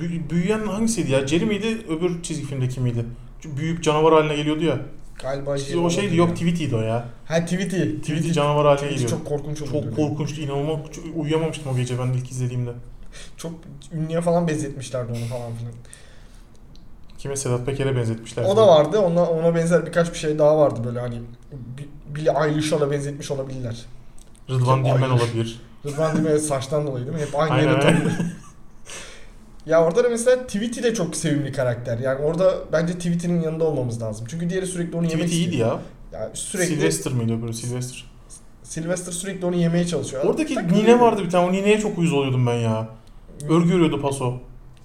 Speaker 1: bü- büyüyen hangisiydi ya? Jerry miydi öbür çizgi filmdeki miydi? Şu büyüyüp canavar haline geliyordu ya.
Speaker 2: Galiba şey
Speaker 1: Çizgi- o şeydi yok Tweety'ydi o ya.
Speaker 2: Ha Tweety.
Speaker 1: Tweety canavar haline
Speaker 2: Tweety
Speaker 1: geliyor.
Speaker 2: çok korkunç oldu.
Speaker 1: Çok korkunçtu inanılmaz. Çok- Uyuyamamıştım o gece ben ilk izlediğimde.
Speaker 2: Çok ünlüye falan benzetmişlerdi onu falan filan.
Speaker 1: Kime Sedat Peker'e benzetmişler.
Speaker 2: O da vardı. Ona, ona benzer birkaç bir şey daha vardı böyle hani Bi- Billie Eilish'a benzetmiş olabilirler.
Speaker 1: Rıdvan
Speaker 2: Ay.
Speaker 1: Dilmen olabilir.
Speaker 2: Rıdvan Dilmen'e saçtan dolayı değil mi? Hep aynı
Speaker 1: Aynen,
Speaker 2: yere
Speaker 1: aynen.
Speaker 2: tanıyor. Ya orada da mesela Tweety de çok sevimli karakter. Yani orada bence Tweety'nin yanında olmamız lazım. Çünkü diğeri sürekli onu yemek
Speaker 1: Tweety
Speaker 2: istiyor.
Speaker 1: iyiydi ya.
Speaker 2: Ya sürekli
Speaker 1: Sylvester mıydı öbürü Sylvester?
Speaker 2: Sylvester sürekli onu yemeye çalışıyor.
Speaker 1: Oradaki
Speaker 2: Tak-
Speaker 1: nine vardı bir tane. O nineye çok uyuz oluyordum ben ya. Örgü örüyordu paso.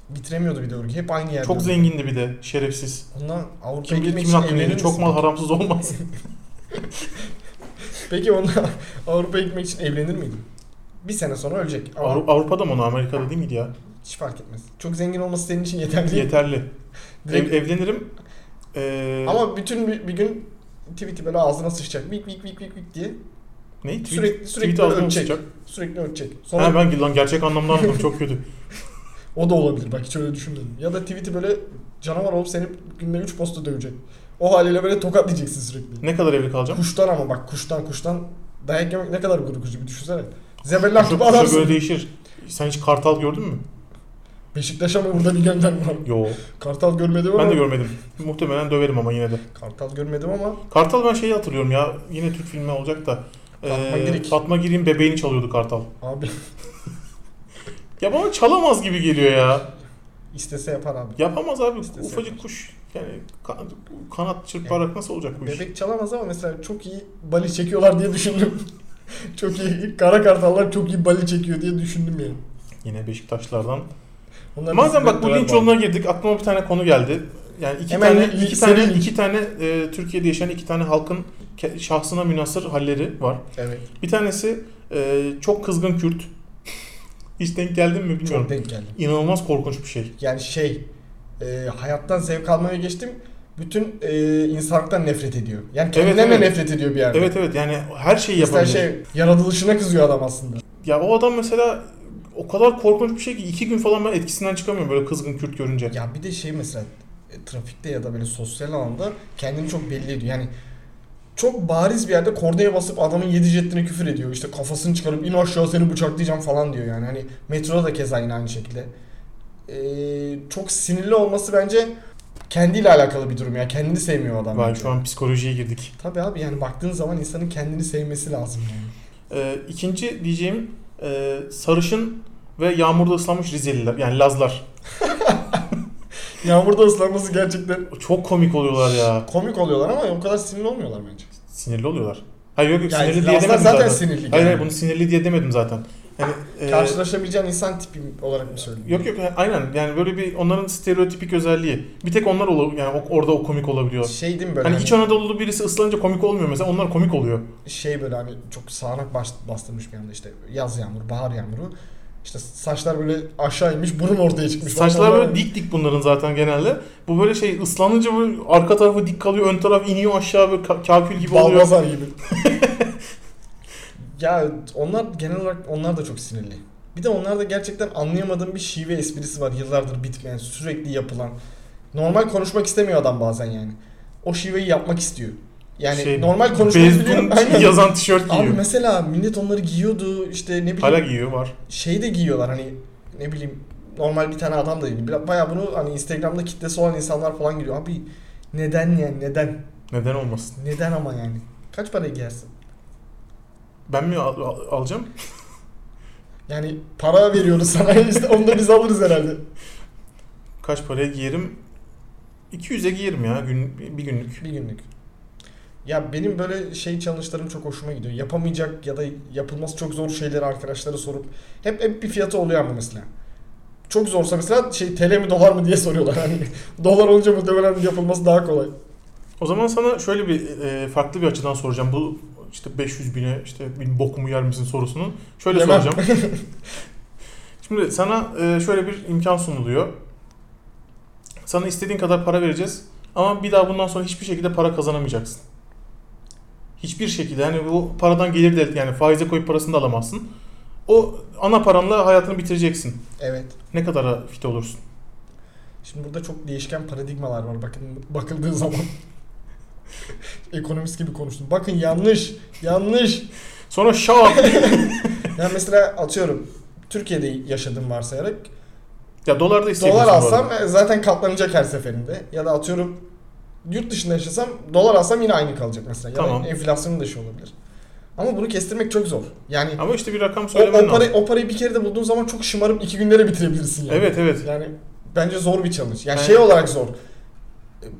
Speaker 2: Bitiremiyordu bir de örgü. Hep aynı yerde.
Speaker 1: Çok zengindi bir de. Şerefsiz.
Speaker 2: Ondan Avrupa'ya
Speaker 1: Kim bilir
Speaker 2: gitmek
Speaker 1: kimin
Speaker 2: için
Speaker 1: hakkını
Speaker 2: evlenir
Speaker 1: yedi. Çok
Speaker 2: misin?
Speaker 1: mal haramsız olmaz.
Speaker 2: Peki ondan Avrupa'ya gitmek için evlenir miydin? Bir sene sonra ölecek. Ama
Speaker 1: Avru- Avrupa'da mı onu? Amerika'da değil miydi ya?
Speaker 2: hiç fark etmez. Çok zengin olması senin için yeterli. değil.
Speaker 1: Yeterli.
Speaker 2: Direkt-
Speaker 1: Ev- evlenirim. Ee,
Speaker 2: Ama bütün bir, bir gün tweet'i böyle ağzına sıçacak. Vik vik vik vik vik diye
Speaker 1: ne? Tweet,
Speaker 2: sürekli sürekli
Speaker 1: tweet ağzına
Speaker 2: ölçecek.
Speaker 1: sıçacak.
Speaker 2: Sürekli ölçecek. Sonra
Speaker 1: Ha ben lan gerçek anlamda anladım çok kötü.
Speaker 2: o da olabilir. Bak hiç öyle düşünmedim. Ya da tweet'i böyle canavar olup seni günde 3 posta dövecek. O haliyle böyle tokatlayacaksın sürekli.
Speaker 1: Ne kadar evli kalacağım?
Speaker 2: Kuştan ama bak kuştan kuştan dayak yemek ne kadar gurukucu bir düşünsene. Zebellah
Speaker 1: Kuşa,
Speaker 2: gibi
Speaker 1: kuşa
Speaker 2: adamsın.
Speaker 1: göre değişir. Sen hiç kartal gördün mü?
Speaker 2: Beşiktaş'a mı burada bir gönderme var?
Speaker 1: Yo.
Speaker 2: Kartal görmedim ama.
Speaker 1: Ben de görmedim. Muhtemelen döverim ama yine de.
Speaker 2: Kartal görmedim ama
Speaker 1: Kartal ben şeyi hatırlıyorum ya. Yine Türk filmi olacak da.
Speaker 2: Fatma
Speaker 1: Ee,
Speaker 2: Girik.
Speaker 1: Fatma Girik'in bebeğini çalıyordu Kartal.
Speaker 2: abi
Speaker 1: Ya bana çalamaz gibi geliyor ya.
Speaker 2: istese yapar abi.
Speaker 1: Yapamaz abi.
Speaker 2: İşte
Speaker 1: Ufacık
Speaker 2: sen-
Speaker 1: kuş. Yani ka- kanat çırparak nasıl olacak bu iş?
Speaker 2: Bebek çalamaz ama mesela çok iyi bali çekiyorlar diye düşündüm. çok iyi kara kartallar çok iyi bali çekiyor diye düşündüm yani.
Speaker 1: Yine Beşiktaşlardan.
Speaker 2: Onlar
Speaker 1: Madem
Speaker 2: bizim
Speaker 1: bak bu
Speaker 2: döver
Speaker 1: linç
Speaker 2: var.
Speaker 1: yoluna girdik. Aklıma bir tane konu geldi. Yani iki
Speaker 2: Hemen
Speaker 1: tane
Speaker 2: bir-
Speaker 1: iki
Speaker 2: seri
Speaker 1: tane
Speaker 2: linç.
Speaker 1: iki tane e, Türkiye'de yaşayan iki tane halkın ke- şahsına münasır halleri var.
Speaker 2: Evet.
Speaker 1: Bir tanesi e, çok kızgın Kürt. Hiç denk geldin mi bilmiyorum.
Speaker 2: Çok denk geldi.
Speaker 1: İnanılmaz korkunç bir şey.
Speaker 2: Yani şey e, hayattan zevk almaya geçtim. Bütün e, insanlıktan nefret ediyor. Yani kendinden
Speaker 1: evet.
Speaker 2: de nefret ediyor bir yerde.
Speaker 1: Evet evet yani her şeyi
Speaker 2: Mesela
Speaker 1: yapabilir.
Speaker 2: şey yaratılışına kızıyor adam aslında.
Speaker 1: Ya o adam mesela o kadar korkunç bir şey ki iki gün falan ben etkisinden çıkamıyorum böyle kızgın Kürt görünce.
Speaker 2: Ya bir de şey mesela e, trafikte ya da böyle sosyal alanda kendini çok belli ediyor. Yani çok bariz bir yerde kornaya basıp adamın yedi jetine küfür ediyor. İşte kafasını çıkarıp in aşağı seni bıçaklayacağım falan diyor yani. Hani metroda da keza yine aynı şekilde. Ee, çok sinirli olması bence kendiyle alakalı bir durum ya. Kendini sevmiyor adam.
Speaker 1: Vay
Speaker 2: bence.
Speaker 1: şu an psikolojiye girdik.
Speaker 2: Tabii abi yani baktığın zaman insanın kendini sevmesi lazım yani.
Speaker 1: Ee, ikinci diyeceğim e, sarışın ve yağmurda ıslanmış Rizeliler yani Lazlar.
Speaker 2: Yağmurda ıslanması gerçekten
Speaker 1: Çok komik oluyorlar ya.
Speaker 2: komik oluyorlar ama o kadar sinirli olmuyorlar bence.
Speaker 1: Sinirli oluyorlar. Hayır yok yok
Speaker 2: Yani
Speaker 1: sinirli diye
Speaker 2: Lazlar
Speaker 1: demedim
Speaker 2: zaten
Speaker 1: zaten.
Speaker 2: sinirli
Speaker 1: Hayır hayır
Speaker 2: yani.
Speaker 1: bunu sinirli diye demedim zaten. Yani, e,
Speaker 2: Karşılaşabileceğin insan tipi olarak mı
Speaker 1: Yok
Speaker 2: söylüyorsun?
Speaker 1: yok aynen yani böyle bir onların stereotipik özelliği. Bir tek onlar olur yani o- orada o komik olabiliyor.
Speaker 2: Şey değil mi böyle
Speaker 1: Hani iç Anadolu'lu birisi ıslanınca komik olmuyor mesela onlar komik oluyor.
Speaker 2: şey böyle hani çok sağanak bas- bastırmış bir anda işte yaz yağmuru, bahar yağmuru. İşte saçlar böyle aşağı inmiş, burun ortaya çıkmış.
Speaker 1: Saçlar
Speaker 2: Ondan
Speaker 1: böyle dik dik bunların zaten genelde. Bu böyle şey ıslanınca böyle arka tarafı dik kalıyor, ön taraf iniyor aşağı böyle ka- kakül gibi oluyor.
Speaker 2: Balbazar gibi. ya onlar genel olarak onlar da çok sinirli. Bir de onlarda gerçekten anlayamadığım bir şive esprisi var yıllardır bitmeyen, sürekli yapılan. Normal konuşmak istemiyor adam bazen yani. O şiveyi yapmak istiyor. Yani
Speaker 1: Şey,
Speaker 2: normal konuşmayı biliyor.
Speaker 1: Bezdun
Speaker 2: Aynen.
Speaker 1: yazan tişört
Speaker 2: Abi
Speaker 1: giyiyor.
Speaker 2: mesela millet onları giyiyordu işte ne bileyim.
Speaker 1: Hala giyiyor var.
Speaker 2: şey de giyiyorlar hani ne bileyim normal bir tane adam da değil. Bira- Bayağı bunu hani Instagram'da kitlesi olan insanlar falan giriyor. Abi neden yani neden?
Speaker 1: Neden olmasın?
Speaker 2: Neden ama yani? Kaç paraya giyersin?
Speaker 1: Ben mi al- al- alacağım?
Speaker 2: Yani para veriyoruz sana işte onu da biz alırız herhalde.
Speaker 1: Kaç paraya giyerim? 200'e giyerim ya gün, bir günlük.
Speaker 2: Bir günlük. Ya benim böyle şey challenge'larım çok hoşuma gidiyor. Yapamayacak ya da yapılması çok zor şeyleri arkadaşlara sorup hep hep bir fiyatı oluyor ama mesela. Çok zorsa mesela şey TL mi dolar mı diye soruyorlar. Hani dolar olunca muhtemelen yapılması daha kolay.
Speaker 1: O zaman sana şöyle bir e, farklı bir açıdan soracağım. Bu işte 500 bine işte bin bokumu yer misin sorusunun. Şöyle
Speaker 2: Yemem.
Speaker 1: soracağım. Şimdi sana e, şöyle bir imkan sunuluyor. Sana istediğin kadar para vereceğiz ama bir daha bundan sonra hiçbir şekilde para kazanamayacaksın. Hiçbir şekilde yani bu paradan gelir de yani faize koyup parasını da alamazsın. O ana paranla hayatını bitireceksin.
Speaker 2: Evet.
Speaker 1: Ne kadar fit olursun?
Speaker 2: Şimdi burada çok değişken paradigmalar var bakın bakıldığı zaman. Ekonomist gibi konuştum. Bakın yanlış. Yanlış.
Speaker 1: Sonra şap.
Speaker 2: Ya mesela atıyorum Türkiye'de yaşadım varsayarak
Speaker 1: ya dolar da
Speaker 2: dolar
Speaker 1: isteyebilirsin bu arada.
Speaker 2: alsam e, zaten katlanacak her seferinde. Ya da atıyorum yurt dışında yaşasam dolar alsam yine aynı kalacak mesela. Ya
Speaker 1: Tamam.
Speaker 2: da enflasyonun da şey olabilir. Ama bunu kestirmek çok zor. Yani
Speaker 1: Ama işte bir rakam
Speaker 2: o, o,
Speaker 1: söylemen lazım.
Speaker 2: parayı- o parayı bir kere de bulduğun zaman çok şımarıp iki günlere bitirebilirsin yani.
Speaker 1: Evet evet.
Speaker 2: Yani bence zor bir challenge. Yani
Speaker 1: Aynen.
Speaker 2: şey olarak zor.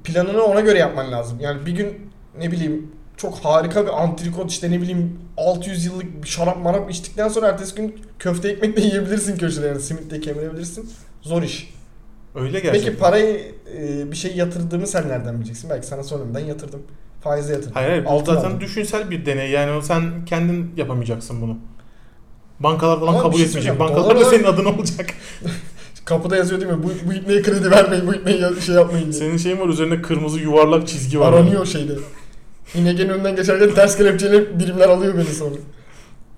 Speaker 2: Planını ona göre yapman lazım. Yani bir gün ne bileyim çok harika bir antrikot işte ne bileyim 600 yıllık bir şarap marap içtikten sonra ertesi gün köfte ekmek de yiyebilirsin köşede yani simit de kemirebilirsin. Zor iş.
Speaker 1: Öyle gerçekten.
Speaker 2: Peki parayı e, bir şey yatırdığımı sen nereden bileceksin? Belki sana sorarım. Ben yatırdım. Faize yatırdım.
Speaker 1: Hayır hayır. Bu
Speaker 2: Altın
Speaker 1: zaten
Speaker 2: aldım.
Speaker 1: düşünsel bir deney. Yani o sen kendin yapamayacaksın bunu. Bankalar falan
Speaker 2: Ama bir
Speaker 1: kabul
Speaker 2: şey
Speaker 1: etmeyecek.
Speaker 2: söyleyeceğim.
Speaker 1: Bankalar da
Speaker 2: Dolara-
Speaker 1: senin adın olacak.
Speaker 2: Kapıda yazıyor değil mi? Bu, bu ipneye kredi vermeyin, bu ipneye şey yapmayın diye.
Speaker 1: Senin şeyin var üzerinde kırmızı yuvarlak çizgi var.
Speaker 2: Aranıyor şeyde. İnegen önünden geçerken ters kelepçeyle birimler alıyor beni sonra.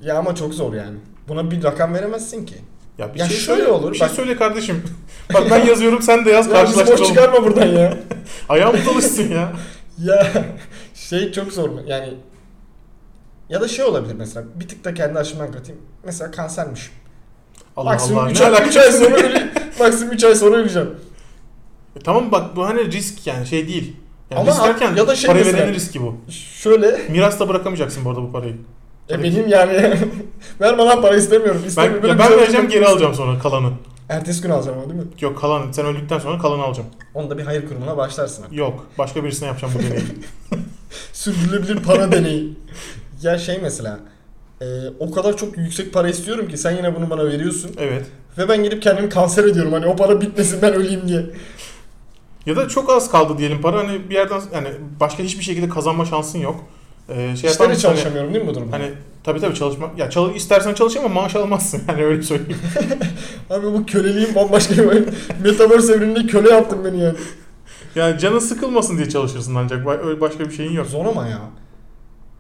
Speaker 2: Ya ama çok zor yani. Buna bir rakam veremezsin ki.
Speaker 1: Ya bir
Speaker 2: Ya
Speaker 1: şey
Speaker 2: şöyle
Speaker 1: söyle,
Speaker 2: olur,
Speaker 1: Bir şey
Speaker 2: bak-
Speaker 1: söyle kardeşim. Bak ben yazıyorum sen de yaz
Speaker 2: Ya bizi boş
Speaker 1: karşılaştıralım.
Speaker 2: çıkarma buradan ya.
Speaker 1: Ayağım dolaşsın ya.
Speaker 2: ya şey çok zor yani. Ya da şey olabilir mesela bir tık da kendi açımdan katayım. Mesela kansermiş.
Speaker 1: Allah
Speaker 2: maksimum
Speaker 1: Allah.
Speaker 2: 3
Speaker 1: Ne
Speaker 2: ay,
Speaker 1: alaka?
Speaker 2: üç ay sonra öleceğim. maksimum 3 ay sonra öleceğim.
Speaker 1: E Tamam bak bu hani risk yani şey değil. Yani
Speaker 2: Ama
Speaker 1: risk derken
Speaker 2: ya da şey
Speaker 1: parayı
Speaker 2: mesela-
Speaker 1: verenin riski bu.
Speaker 2: Şöyle
Speaker 1: Miras da bırakamayacaksın bu arada bu parayı.
Speaker 2: e benim yani verme lan para istemiyorum.
Speaker 1: Ben,
Speaker 2: istemiyorum.
Speaker 1: ya
Speaker 2: Böyle
Speaker 1: ben
Speaker 2: güzel-
Speaker 1: vereceğim geri alacağım sonra kalanı.
Speaker 2: Ertesi gün alacağım ama değil mi?
Speaker 1: Yok kalan sen öldükten sonra kalanı alacağım.
Speaker 2: Onu da bir hayır kurumuna başlarsın.
Speaker 1: Yok başka birisine yapacağım bu deneyi.
Speaker 2: Sürdürülebilir para deneyi. ya şey mesela e, o kadar çok yüksek para istiyorum ki sen yine bunu bana veriyorsun
Speaker 1: Evet.
Speaker 2: ve ben gidip kendimi kanser ediyorum hani o para bitmesin ben öleyim diye.
Speaker 1: Şey Ya da çok az kaldı diyelim para hani bir yerden yani başka hiçbir şekilde kazanma şansın yok. Ee, şey yapar
Speaker 2: İşte de
Speaker 1: mısın hani-
Speaker 2: çalışamıyorum değil mi bu durumda?
Speaker 1: Hani, tabii tabii çalışma ya çalış istersen çalış ama maaş almazsın yani öyle söyleyeyim.
Speaker 2: Abi bu köleliğin bambaşka bir metaverse evreninde köle yaptın beni yani.
Speaker 1: Yani canın sıkılmasın diye çalışırsın ancak ba- öyle başka bir şeyin yok.
Speaker 2: Zor ama ya.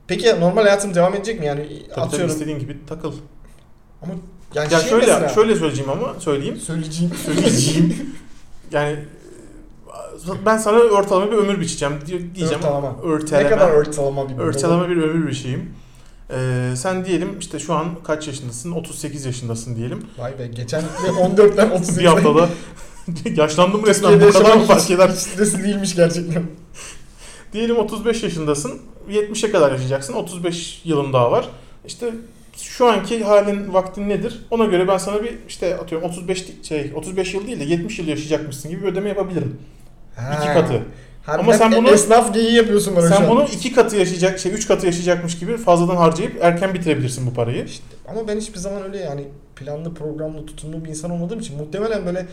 Speaker 2: Peki ya normal hayatım devam edecek mi yani
Speaker 1: Tabii tabii
Speaker 2: atıyorum.
Speaker 1: istediğin gibi takıl.
Speaker 2: Ama yani
Speaker 1: Ya
Speaker 2: şey
Speaker 1: şöyle
Speaker 2: mesela.
Speaker 1: şöyle söyleyeceğim ama söyleyeyim.
Speaker 2: Söyleyeceğim.
Speaker 1: Söyleyeceğim. yani e, ben sana ortalama bir ömür biçeceğim diye- diyeceğim.
Speaker 2: Ortalama.
Speaker 1: Örteleme.
Speaker 2: Ne kadar örtalama bir
Speaker 1: Örteleme bir ömür biçeyim. Ee, sen diyelim işte şu an kaç yaşındasın? 38 yaşındasın diyelim.
Speaker 2: Vay be geçen 14'ten 38'e.
Speaker 1: bir haftada yaşlandım resmen
Speaker 2: Türkiye'de
Speaker 1: bu kadar mı
Speaker 2: yaşamak
Speaker 1: fark
Speaker 2: hiç-
Speaker 1: eder?
Speaker 2: Hiç stresi değilmiş gerçekten.
Speaker 1: Diyelim 35 yaşındasın. 70'e kadar yaşayacaksın. 35 yılın daha var. İşte şu anki halin vaktin nedir? Ona göre ben sana bir işte atıyorum 35 di- şey 35 yıl değil de 70 yıl yaşayacakmışsın gibi bir ödeme yapabilirim. İki katı.
Speaker 2: Harbiden
Speaker 1: Ama sen
Speaker 2: e-
Speaker 1: bunu-
Speaker 2: esnaf geyiği yapıyorsun bana şu
Speaker 1: Sen
Speaker 2: an.
Speaker 1: bunu iki katı yaşayacak şey üç katı yaşayacakmış gibi fazladan harcayıp erken bitirebilirsin bu parayı.
Speaker 2: Ama ben hiçbir zaman öyle yani planlı programlı tutumlu bir insan olmadığım için muhtemelen böyle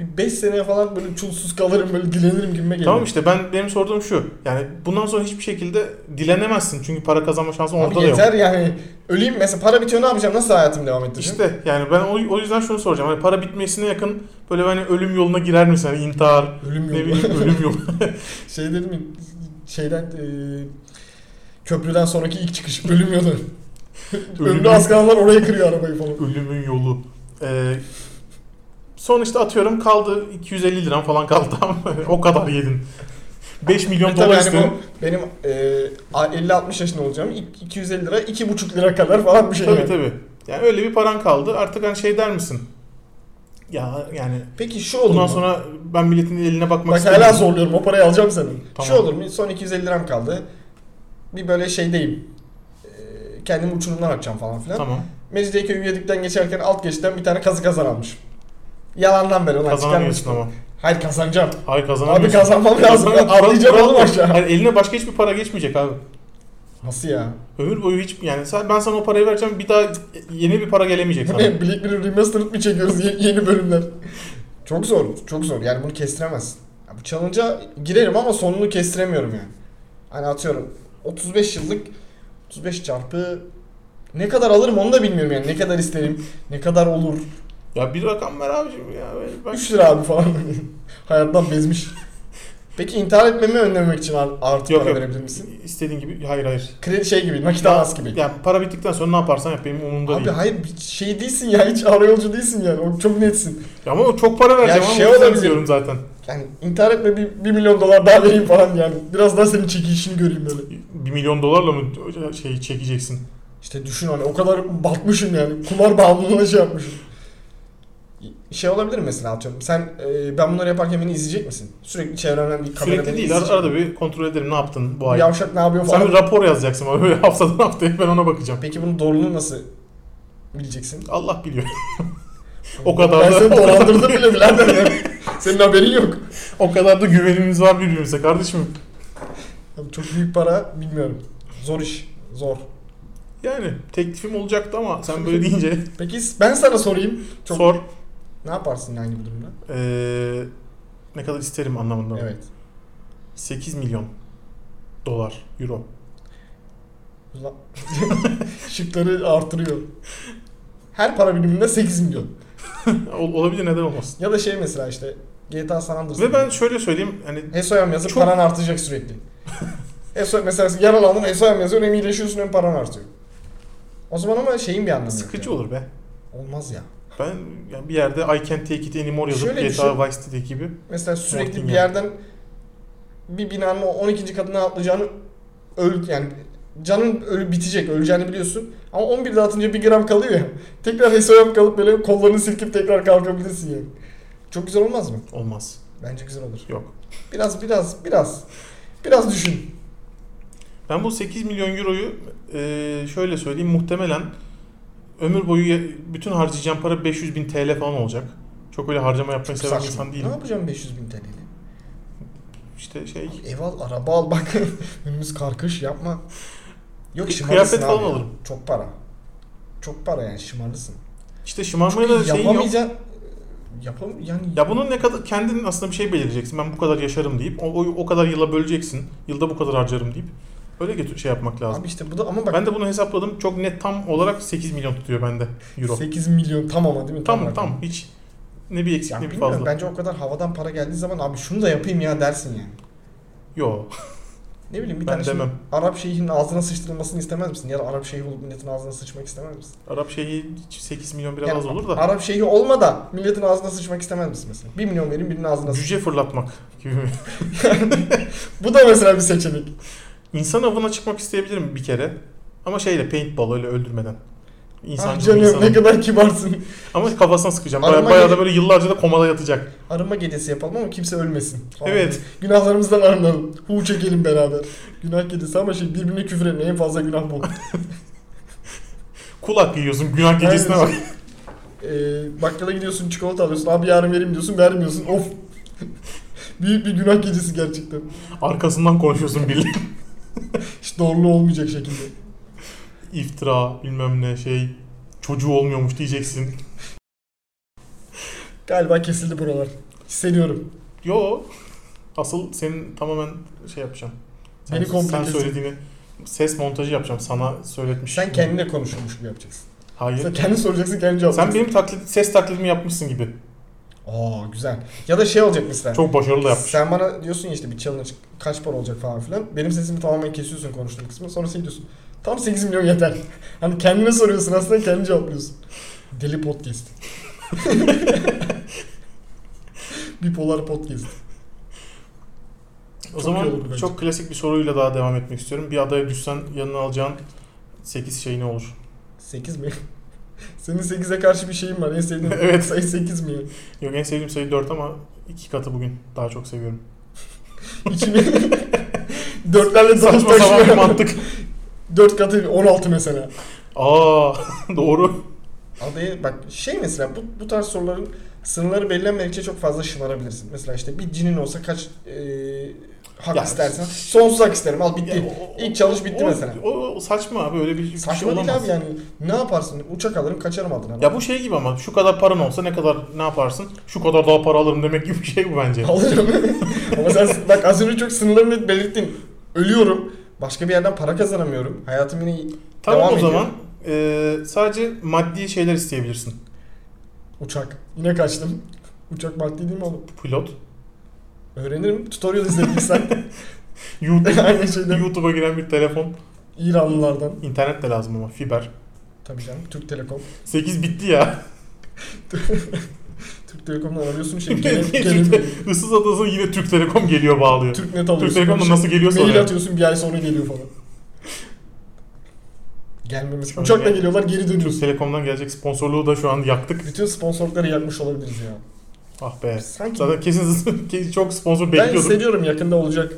Speaker 2: bir 5 seneye falan böyle çulsuz kalırım böyle dilenirim gibime geliyor.
Speaker 1: Tamam işte ben benim sorduğum şu. Yani bundan sonra hiçbir şekilde dilenemezsin. Çünkü para kazanma şansın
Speaker 2: Abi
Speaker 1: ortada yok.
Speaker 2: yeter yani öleyim mesela para bitiyor ne yapacağım nasıl hayatım devam ettireceğim?
Speaker 1: İşte yani ben o, o yüzden şunu soracağım. Hani para bitmesine yakın böyle hani ölüm yoluna girer misin? Hani intihar,
Speaker 2: Ölüm
Speaker 1: ne
Speaker 2: yolu.
Speaker 1: bileyim ölüm yolu.
Speaker 2: şey dedim mi şeyden e, köprüden sonraki ilk çıkış ölüm yolu. Önünde az kalanlar oraya kırıyor arabayı falan.
Speaker 1: Ölümün yolu. Ee, son işte atıyorum kaldı 250 liram falan kaldı ama o kadar yedin. 5 milyon
Speaker 2: E
Speaker 1: dolar
Speaker 2: tabii hani
Speaker 1: istedim.
Speaker 2: bu benim e, a- 50-60 yaşında olacağım. İ- 250 lira, 2,5 lira kadar falan bir şey.
Speaker 1: Tabii
Speaker 2: yani.
Speaker 1: tabii. Yani öyle bir paran kaldı. Artık hani şey der misin? Ya yani
Speaker 2: Peki şu olur
Speaker 1: bundan
Speaker 2: mu?
Speaker 1: sonra ben milletin eline bakmak
Speaker 2: Bak
Speaker 1: istemiyorum.
Speaker 2: hala zorluyorum. O parayı alacağım senin.
Speaker 1: Tamam.
Speaker 2: Şu olur mu? Son 250 liram kaldı. Bir böyle şeydeyim. E, kendimi uçurumdan atacağım falan filan.
Speaker 1: Tamam.
Speaker 2: Mecidiyeköy üyelikten geçerken alt geçitten bir tane kazı kazan almış. Yalandan böyle. ulan çıkarmış.
Speaker 1: Kazanamıyorsun ama.
Speaker 2: Hayır kazanacağım.
Speaker 1: Hayır kazanamıyorsun.
Speaker 2: Abi kazanmam lazım.
Speaker 1: Kazan-
Speaker 2: Atlayacağım
Speaker 1: Bırak-
Speaker 2: oğlum
Speaker 1: bırak-
Speaker 2: aşağı.
Speaker 1: Hayır, eline başka hiçbir para geçmeyecek abi.
Speaker 2: Nasıl ya?
Speaker 1: Ömür boyu hiç yani sen, ben sana o parayı vereceğim bir daha yeni bir para gelemeyecek
Speaker 2: Bu
Speaker 1: sana.
Speaker 2: ne? Black Mirror Remastered mı çekiyoruz ye- yeni bölümler? çok zor. Çok zor. Yani bunu kestiremezsin. Ya bu challenge'a girerim ama sonunu kestiremiyorum yani. Hani atıyorum 35 yıllık 35 çarpı ne kadar alırım onu da bilmiyorum yani. Ne kadar isterim, ne kadar olur.
Speaker 1: ya bir rakam ver abicim ya. Ben,
Speaker 2: 3 lira abi falan. Hayattan bezmiş. Peki intihar etmemi önlemek için ar- artı
Speaker 1: Yok,
Speaker 2: para
Speaker 1: yok.
Speaker 2: verebilir misin?
Speaker 1: İstediğin gibi hayır hayır.
Speaker 2: Kredi şey gibi, nakit avans gibi.
Speaker 1: Yani para bittikten sonra ne yaparsan yap benim umurumda
Speaker 2: Abi
Speaker 1: değil.
Speaker 2: hayır bir şey değilsin ya hiç arayolcu değilsin yani o çok netsin.
Speaker 1: Ya Ama o çok para vereceğim
Speaker 2: Ya
Speaker 1: ama
Speaker 2: şey
Speaker 1: o yüzden
Speaker 2: olabilir.
Speaker 1: diyorum zaten.
Speaker 2: Yani intihar etme bir, bir milyon dolar daha vereyim falan yani. Biraz daha senin çekilişini göreyim böyle.
Speaker 1: 1 milyon dolarla mı şey çekeceksin?
Speaker 2: İşte düşün hani o kadar batmışım yani kumar bağımlılığına şey yapmışım. Şey olabilir mi mesela atıyorum sen e, ben bunları yaparken beni izleyecek misin? Sürekli çevrenden bir kamera
Speaker 1: Sürekli
Speaker 2: beni
Speaker 1: değil
Speaker 2: izleyecek.
Speaker 1: ar- arada bir kontrol ederim ne yaptın bu
Speaker 2: Bu
Speaker 1: ay.
Speaker 2: yavşak ne yapıyor
Speaker 1: Sen
Speaker 2: falan.
Speaker 1: bir rapor yazacaksın bana böyle haftadan haftaya ben ona bakacağım.
Speaker 2: Peki bunun doğruluğunu nasıl bileceksin?
Speaker 1: Allah biliyor. O kadar
Speaker 2: ben
Speaker 1: da-
Speaker 2: seni
Speaker 1: o kadar da-
Speaker 2: dolandırdım bile birader ya. Senin haberin yok.
Speaker 1: o kadar da güvenimiz var birbirimize kardeşim.
Speaker 2: Abi Çok büyük para bilmiyorum. Zor iş. Zor.
Speaker 1: Yani teklifim olacaktı ama sen böyle deyince
Speaker 2: Peki ben sana sorayım. Çok...
Speaker 1: sor.
Speaker 2: Ne yaparsın yani bu durumda?
Speaker 1: Ee, ne kadar isterim anlamında. mı?
Speaker 2: Evet.
Speaker 1: 8 milyon dolar, euro.
Speaker 2: La- Şıkları artırıyor. Her para biriminde 8 milyon.
Speaker 1: Ol- olabilir neden olmasın.
Speaker 2: Ya da şey mesela işte GTA San Andreas.
Speaker 1: Ve ben şöyle söyleyeyim hani
Speaker 2: SOM yazıp
Speaker 1: Çok-
Speaker 2: paran artacak sürekli. SOM mesela yaralandın SOM yazıyorsun hem iyileşiyorsun hem paran artıyor. O zaman ama şeyin bir anlamı yok
Speaker 1: sıkıcı
Speaker 2: yani.
Speaker 1: olur be.
Speaker 2: Olmaz ya.
Speaker 1: Ben yani bir yerde I can't take it anymore yazıp
Speaker 2: Şöyle
Speaker 1: GTA Vice City gibi.
Speaker 2: Mesela sürekli
Speaker 1: Morting
Speaker 2: bir
Speaker 1: yani.
Speaker 2: yerden bir binanın o 12. katına atlayacağını öl yani canın ölü bitecek öleceğini biliyorsun. Ama 11'de atınca bir gram kalıyor ya. Tekrar SOM kalıp böyle kollarını silkip tekrar kalkabilirsin yani. Çok güzel olmaz mı?
Speaker 1: Olmaz.
Speaker 2: Bence güzel olur.
Speaker 1: Yok.
Speaker 2: Biraz biraz biraz biraz düşün.
Speaker 1: Ben bu 8 milyon euroyu e, şöyle söyleyeyim muhtemelen ömür boyu ya- bütün harcayacağım para 500 bin TL falan olacak. Çok öyle harcama yapmayı seven bir
Speaker 2: Saçma.
Speaker 1: insan
Speaker 2: Ne
Speaker 1: değilim.
Speaker 2: yapacağım 500 bin TL'yle?
Speaker 1: İşte şey
Speaker 2: Ev al, araba al bak. Önümüz karkış yapma. Yok
Speaker 1: Bir
Speaker 2: şımarırsın
Speaker 1: kıyafet
Speaker 2: abi
Speaker 1: falan
Speaker 2: ya.
Speaker 1: alırım.
Speaker 2: Çok para. Çok para yani şımarırsın.
Speaker 1: işte şımarmaya da şeyin yok.
Speaker 2: Yapamayacağın... Yapam yani
Speaker 1: Ya bunun ne kadar kendin aslında bir şey belirleyeceksin. Ben bu kadar yaşarım deyip o, o, o kadar yıla böleceksin. Yılda bu kadar harcarım deyip öyle götür şey yapmak lazım.
Speaker 2: Abi işte bu da ama bak
Speaker 1: ben de bunu hesapladım. Çok net tam olarak 8 milyon tutuyor bende euro.
Speaker 2: 8 milyon tam ama değil mi?
Speaker 1: Tam
Speaker 2: rakam.
Speaker 1: tam hiç ne bir eksik
Speaker 2: Yani
Speaker 1: ne bir
Speaker 2: bilmiyorum,
Speaker 1: fazla.
Speaker 2: bence o kadar havadan para geldiği zaman abi şunu da yapayım ya dersin yani.
Speaker 1: Yo.
Speaker 2: Ne bileyim bir
Speaker 1: Ben
Speaker 2: tane
Speaker 1: demem.
Speaker 2: şimdi Arap şeyhinin ağzına sıçtırılmasını istemez misin? Ya da Arap şeyhi olup milletin ağzına sıçmak istemez misin?
Speaker 1: Arap şeyi 8 milyon biraz
Speaker 2: Yani
Speaker 1: az olur da.
Speaker 2: Arap şeyhi olma da milletin ağzına sıçmak istemez misin mesela? 1 milyon verin birinin ağzına sıç.
Speaker 1: Cüce fırlatmak gibi. mi?
Speaker 2: Bu da mesela bir seçenek.
Speaker 1: İnsan avına çıkmak isteyebilirim bir kere. Ama şeyle paintball öyle öldürmeden.
Speaker 2: ah
Speaker 1: İnsancı
Speaker 2: canım ne
Speaker 1: insanım.
Speaker 2: kadar kibarsın.
Speaker 1: Ama kafasına sıkacağım.
Speaker 2: Arama
Speaker 1: Baya, bayağı
Speaker 2: gelip-
Speaker 1: da böyle yıllarca da komada yatacak.
Speaker 2: Arınma gecesi yapalım ama kimse ölmesin. falan.
Speaker 1: Evet.
Speaker 2: Günahlarımızdan arınalım. Hu çekelim beraber. Günah gecesi ama şey birbirine küfür etme. En fazla günah bu.
Speaker 1: Kulak yiyorsun günah gecesine
Speaker 2: Aynen.
Speaker 1: bak.
Speaker 2: Ee, bakkala gidiyorsun çikolata alıyorsun abi yarın vereyim diyorsun vermiyorsun of. Büyük bir günah gecesi gerçekten.
Speaker 1: Arkasından konuşuyorsun biriyle.
Speaker 2: Hiç doğruluğu olmayacak şekilde.
Speaker 1: İftira bilmem ne şey. Çocuğu olmuyormuş diyeceksin.
Speaker 2: Galiba kesildi buralar. Hissediyorum.
Speaker 1: Yo. Asıl senin tamamen şey yapacağım. Sen,
Speaker 2: Beni komple
Speaker 1: sen
Speaker 2: kesin.
Speaker 1: söylediğini ses montajı yapacağım. Sana söyletmiş.
Speaker 2: Sen kendine konuşulmuş gibi yapacaksın.
Speaker 1: Hayır.
Speaker 2: Sen kendin soracaksın kendin cevaplayacaksın.
Speaker 1: Sen benim taklit, ses taklidimi yapmışsın gibi.
Speaker 2: Aa güzel. Ya da şey olacak mesela.
Speaker 1: Çok başarılı da yapmış.
Speaker 2: Sen bana diyorsun ya işte bir challenge kaç para olacak falan filan. Benim sesimi tamamen kesiyorsun konuştuğum kısmı. Sonra sen diyorsun. Tam 8 milyon yeter. Hani kendine soruyorsun aslında kendi cevaplıyorsun. Deli podcast. Bipolar podcast.
Speaker 1: O
Speaker 2: çok iyi olur
Speaker 1: zaman
Speaker 2: bence.
Speaker 1: çok klasik bir soruyla daha devam etmek istiyorum. Bir adaya düşsen yanına alacağın 8 şey ne olur?
Speaker 2: 8 mi? Senin 8'e karşı bir şeyin var. En sevdiğin
Speaker 1: Evet.
Speaker 2: sayı 8 mi?
Speaker 1: Yok en sevdiğim sayı 4 ama iki katı bugün daha çok seviyorum.
Speaker 2: İçimi dörtlerle dalış
Speaker 1: Saçma sapan bir
Speaker 2: taşıyor.
Speaker 1: mantık.
Speaker 2: 4 katı 16 mesela.
Speaker 1: Aa doğru.
Speaker 2: adayı bak şey mesela bu, bu tarz soruların sınırları belirlenmedikçe çok fazla şımarabilirsin. Mesela işte bir cinin olsa kaç e, hak
Speaker 1: Ya-
Speaker 2: istersen sonsuz hak isterim al bitti.
Speaker 1: Ya o- o-
Speaker 2: İlk çalış bitti
Speaker 1: o,
Speaker 2: mesela.
Speaker 1: O, o saçma abi öyle bir, bir şey
Speaker 2: Saçma
Speaker 1: olamaz.
Speaker 2: değil abi yani ne yaparsın uçak alırım kaçarım adına.
Speaker 1: Ya bu şey gibi ama şu kadar paran olsa ne kadar ne yaparsın? Şu kadar daha para alırım demek gibi bir şey bu bence.
Speaker 2: Alırım. Ama sen bak az önce çok sınırlarını belirttin. Ölüyorum. Başka bir yerden para kazanamıyorum. Hayatım yine
Speaker 1: Tamam
Speaker 2: devam
Speaker 1: o
Speaker 2: ediyor.
Speaker 1: zaman e, sadece maddi şeyler isteyebilirsin.
Speaker 2: uçak. Yine kaçtım. Uçak maddi değil mi oğlum?
Speaker 1: Pilot.
Speaker 2: Öğrenirim. Tutorial izlediysen.
Speaker 1: YouTube,
Speaker 2: Aynı şeyden.
Speaker 1: YouTube'a giren bir telefon.
Speaker 2: İranlılardan.
Speaker 1: İnternet de lazım ama fiber.
Speaker 2: Tabii canım. Türk Telekom.
Speaker 1: 8 bitti ya.
Speaker 2: Türk Telekom'dan arıyorsun şey. Gene,
Speaker 1: Türk
Speaker 2: gene,
Speaker 1: Te- Issız adasına yine Türk Telekom geliyor bağlıyor.
Speaker 2: Türk Net alıyorsun.
Speaker 1: Türk Telekom'da nasıl geliyorsa
Speaker 2: Mail
Speaker 1: oraya.
Speaker 2: atıyorsun bir ay sonra geliyor falan. Gelmemesi.
Speaker 1: Sonra
Speaker 2: Uçakla
Speaker 1: gel-
Speaker 2: geliyorlar geri
Speaker 1: Türk
Speaker 2: dönüyorsun.
Speaker 1: Telekom'dan gelecek sponsorluğu da şu an yaktık.
Speaker 2: Bütün sponsorlukları yakmış olabiliriz ya.
Speaker 1: Ah be.
Speaker 2: Sanki
Speaker 1: Zaten kesin kesin çok sponsor
Speaker 2: ben
Speaker 1: bekliyorduk.
Speaker 2: hissediyorum yakında olacak.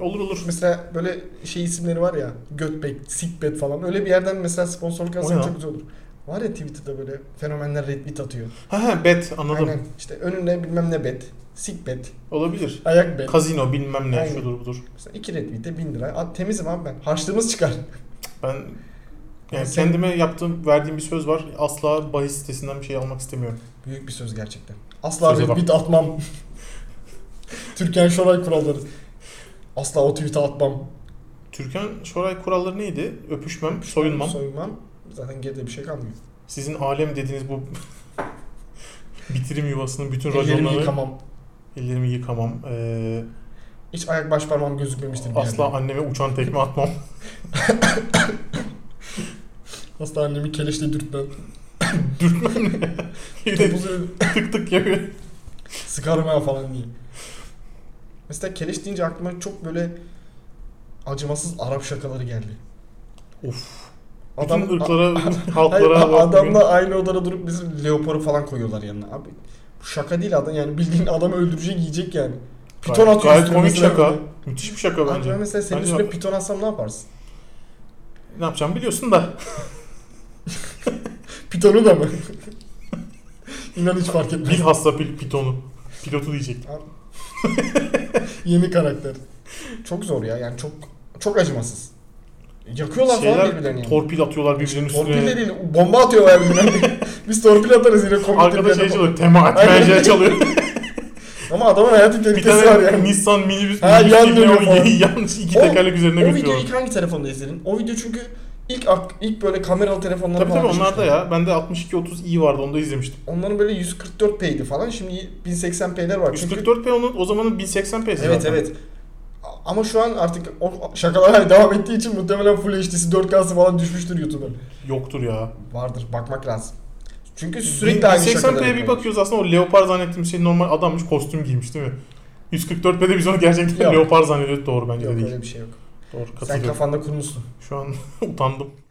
Speaker 1: Olur olur.
Speaker 2: Mesela böyle şey isimleri var ya. Götbek, Sikbet falan. Öyle bir yerden mesela sponsorluk
Speaker 1: O ne
Speaker 2: alsan
Speaker 1: lan?
Speaker 2: çok güzel olur. Var ya Twitter'da böyle fenomenler retweet atıyor.
Speaker 1: Ha ha bet anladım.
Speaker 2: Aynen. İşte önüne bilmem ne bet. Sikbet.
Speaker 1: Olabilir.
Speaker 2: Ayak bet.
Speaker 1: Kazino bilmem ne
Speaker 2: Aynen.
Speaker 1: şudur budur.
Speaker 2: Mesela iki retweet'e 1000 lira. Aa, temizim abi ben. Harçlığımız çıkar.
Speaker 1: Ben yani
Speaker 2: Sen-
Speaker 1: kendime yaptığım verdiğim bir söz var. Asla bahis sitesinden bir şey almak istemiyorum.
Speaker 2: Büyük bir söz gerçekten. Asla
Speaker 1: Söze bak.
Speaker 2: retweet atmam. Türkan Şoray kuralları. Asla o tweet'e atmam.
Speaker 1: Türkan Şoray kuralları neydi? Öpüşmem, soyunmam.
Speaker 2: Soyunmam. Zaten geride bir şey kalmıyor.
Speaker 1: Sizin alem dediğiniz bu bitirim yuvasının bütün
Speaker 2: Ellerimi
Speaker 1: raconları
Speaker 2: yıkamam.
Speaker 1: ellerimi yıkamam. Ee,
Speaker 2: Hiç ayak baş parmağım gözükmemiştir bir
Speaker 1: asla
Speaker 2: yerde.
Speaker 1: anneme uçan tekme atmam.
Speaker 2: Asla annemi keleşle dürtmem.
Speaker 1: Dürtmem ne? Bir de
Speaker 2: Topuzu
Speaker 1: tık tık yapıyor.
Speaker 2: sıkarım ha falan diye. Mesela keleş deyince aklıma çok böyle acımasız Arap şakaları geldi.
Speaker 1: Of. Bütün
Speaker 2: Adam,
Speaker 1: ırklara,
Speaker 2: Hayır,
Speaker 1: halklara bak bugün.
Speaker 2: adamla aynı odada durup bizim leoparı falan koyuyorlar yanına. Abi bu şaka değil adam yani bildiğin adamı öldürecek yiyecek yani. Piton
Speaker 1: Gayet-
Speaker 2: atıyor
Speaker 1: Gayet
Speaker 2: üstüne
Speaker 1: komik
Speaker 2: mesela
Speaker 1: şaka.
Speaker 2: böyle.
Speaker 1: Müthiş bir şaka
Speaker 2: Abi
Speaker 1: bence.
Speaker 2: ben mesela senin
Speaker 1: Bence
Speaker 2: üstüne
Speaker 1: bak-
Speaker 2: piton atsam ne yaparsın?
Speaker 1: Ne yapacağım biliyorsun da.
Speaker 2: Pitonu da mı? İnan hiç fark etmez.
Speaker 1: Bilhassa pil, pitonu. Pilotu diyecek.
Speaker 2: Yeni karakter. Çok zor ya yani çok çok acımasız. Yakıyorlar falan birbirlerini.
Speaker 1: Şeyler
Speaker 2: yani.
Speaker 1: torpil atıyorlar birbirinin
Speaker 2: Torpil de
Speaker 1: üstüne.
Speaker 2: değil, bomba atıyor ya birbirine. Biz torpil atarız yine komik
Speaker 1: Arkada
Speaker 2: tepkiler
Speaker 1: şey
Speaker 2: yapar.
Speaker 1: çalıyor. Tema
Speaker 2: Aynen.
Speaker 1: atmayan şey çalıyor.
Speaker 2: Ama adamın hayatı
Speaker 1: bir
Speaker 2: tehlikesi var
Speaker 1: tane
Speaker 2: yani.
Speaker 1: Nissan minibüs.
Speaker 2: Ha,
Speaker 1: minibüs
Speaker 2: yan
Speaker 1: değil,
Speaker 2: dönüyor
Speaker 1: ne o?
Speaker 2: falan.
Speaker 1: Yanlış iki
Speaker 2: O-
Speaker 1: tekerlek üzerine
Speaker 2: O videoyu
Speaker 1: götürüyorlar.
Speaker 2: ilk hangi telefonda izledin? O video çünkü ilk ak- ilk böyle kameralı telefonlarda
Speaker 1: Tabii tabii
Speaker 2: falan
Speaker 1: onlarda
Speaker 2: çıkmıştı.
Speaker 1: ya. Bende 62-30i vardı onu da izlemiştim.
Speaker 2: Onların böyle 144p'ydi falan. Şimdi 1080p'ler var. Çünkü
Speaker 1: 144p onun o zamanın 1080p'si
Speaker 2: Evet
Speaker 1: zaten.
Speaker 2: evet. A- Ama şu an artık o şakalar hani devam ettiği için muhtemelen Full HD'si 4K'sı falan düşmüştür YouTube'a.
Speaker 1: Yoktur ya.
Speaker 2: Vardır bakmak lazım. Çünkü sürekli
Speaker 1: Sürekli
Speaker 2: aynı şakalar
Speaker 1: 1080p'ye bir
Speaker 2: yapıyorlar.
Speaker 1: bakıyoruz aslında o leopar zannettiğim şey normal adammış kostüm giymiş değil mi? 144p'de biz onu gerçekten
Speaker 2: Yok.
Speaker 1: leopar zannediyoruz. Doğru bence
Speaker 2: Yok
Speaker 1: de değil.
Speaker 2: öyle bir şey yok.
Speaker 1: Doğru
Speaker 2: Sen
Speaker 1: katılıyorum.
Speaker 2: kafanda kurmuşsun.
Speaker 1: Şu an utandım.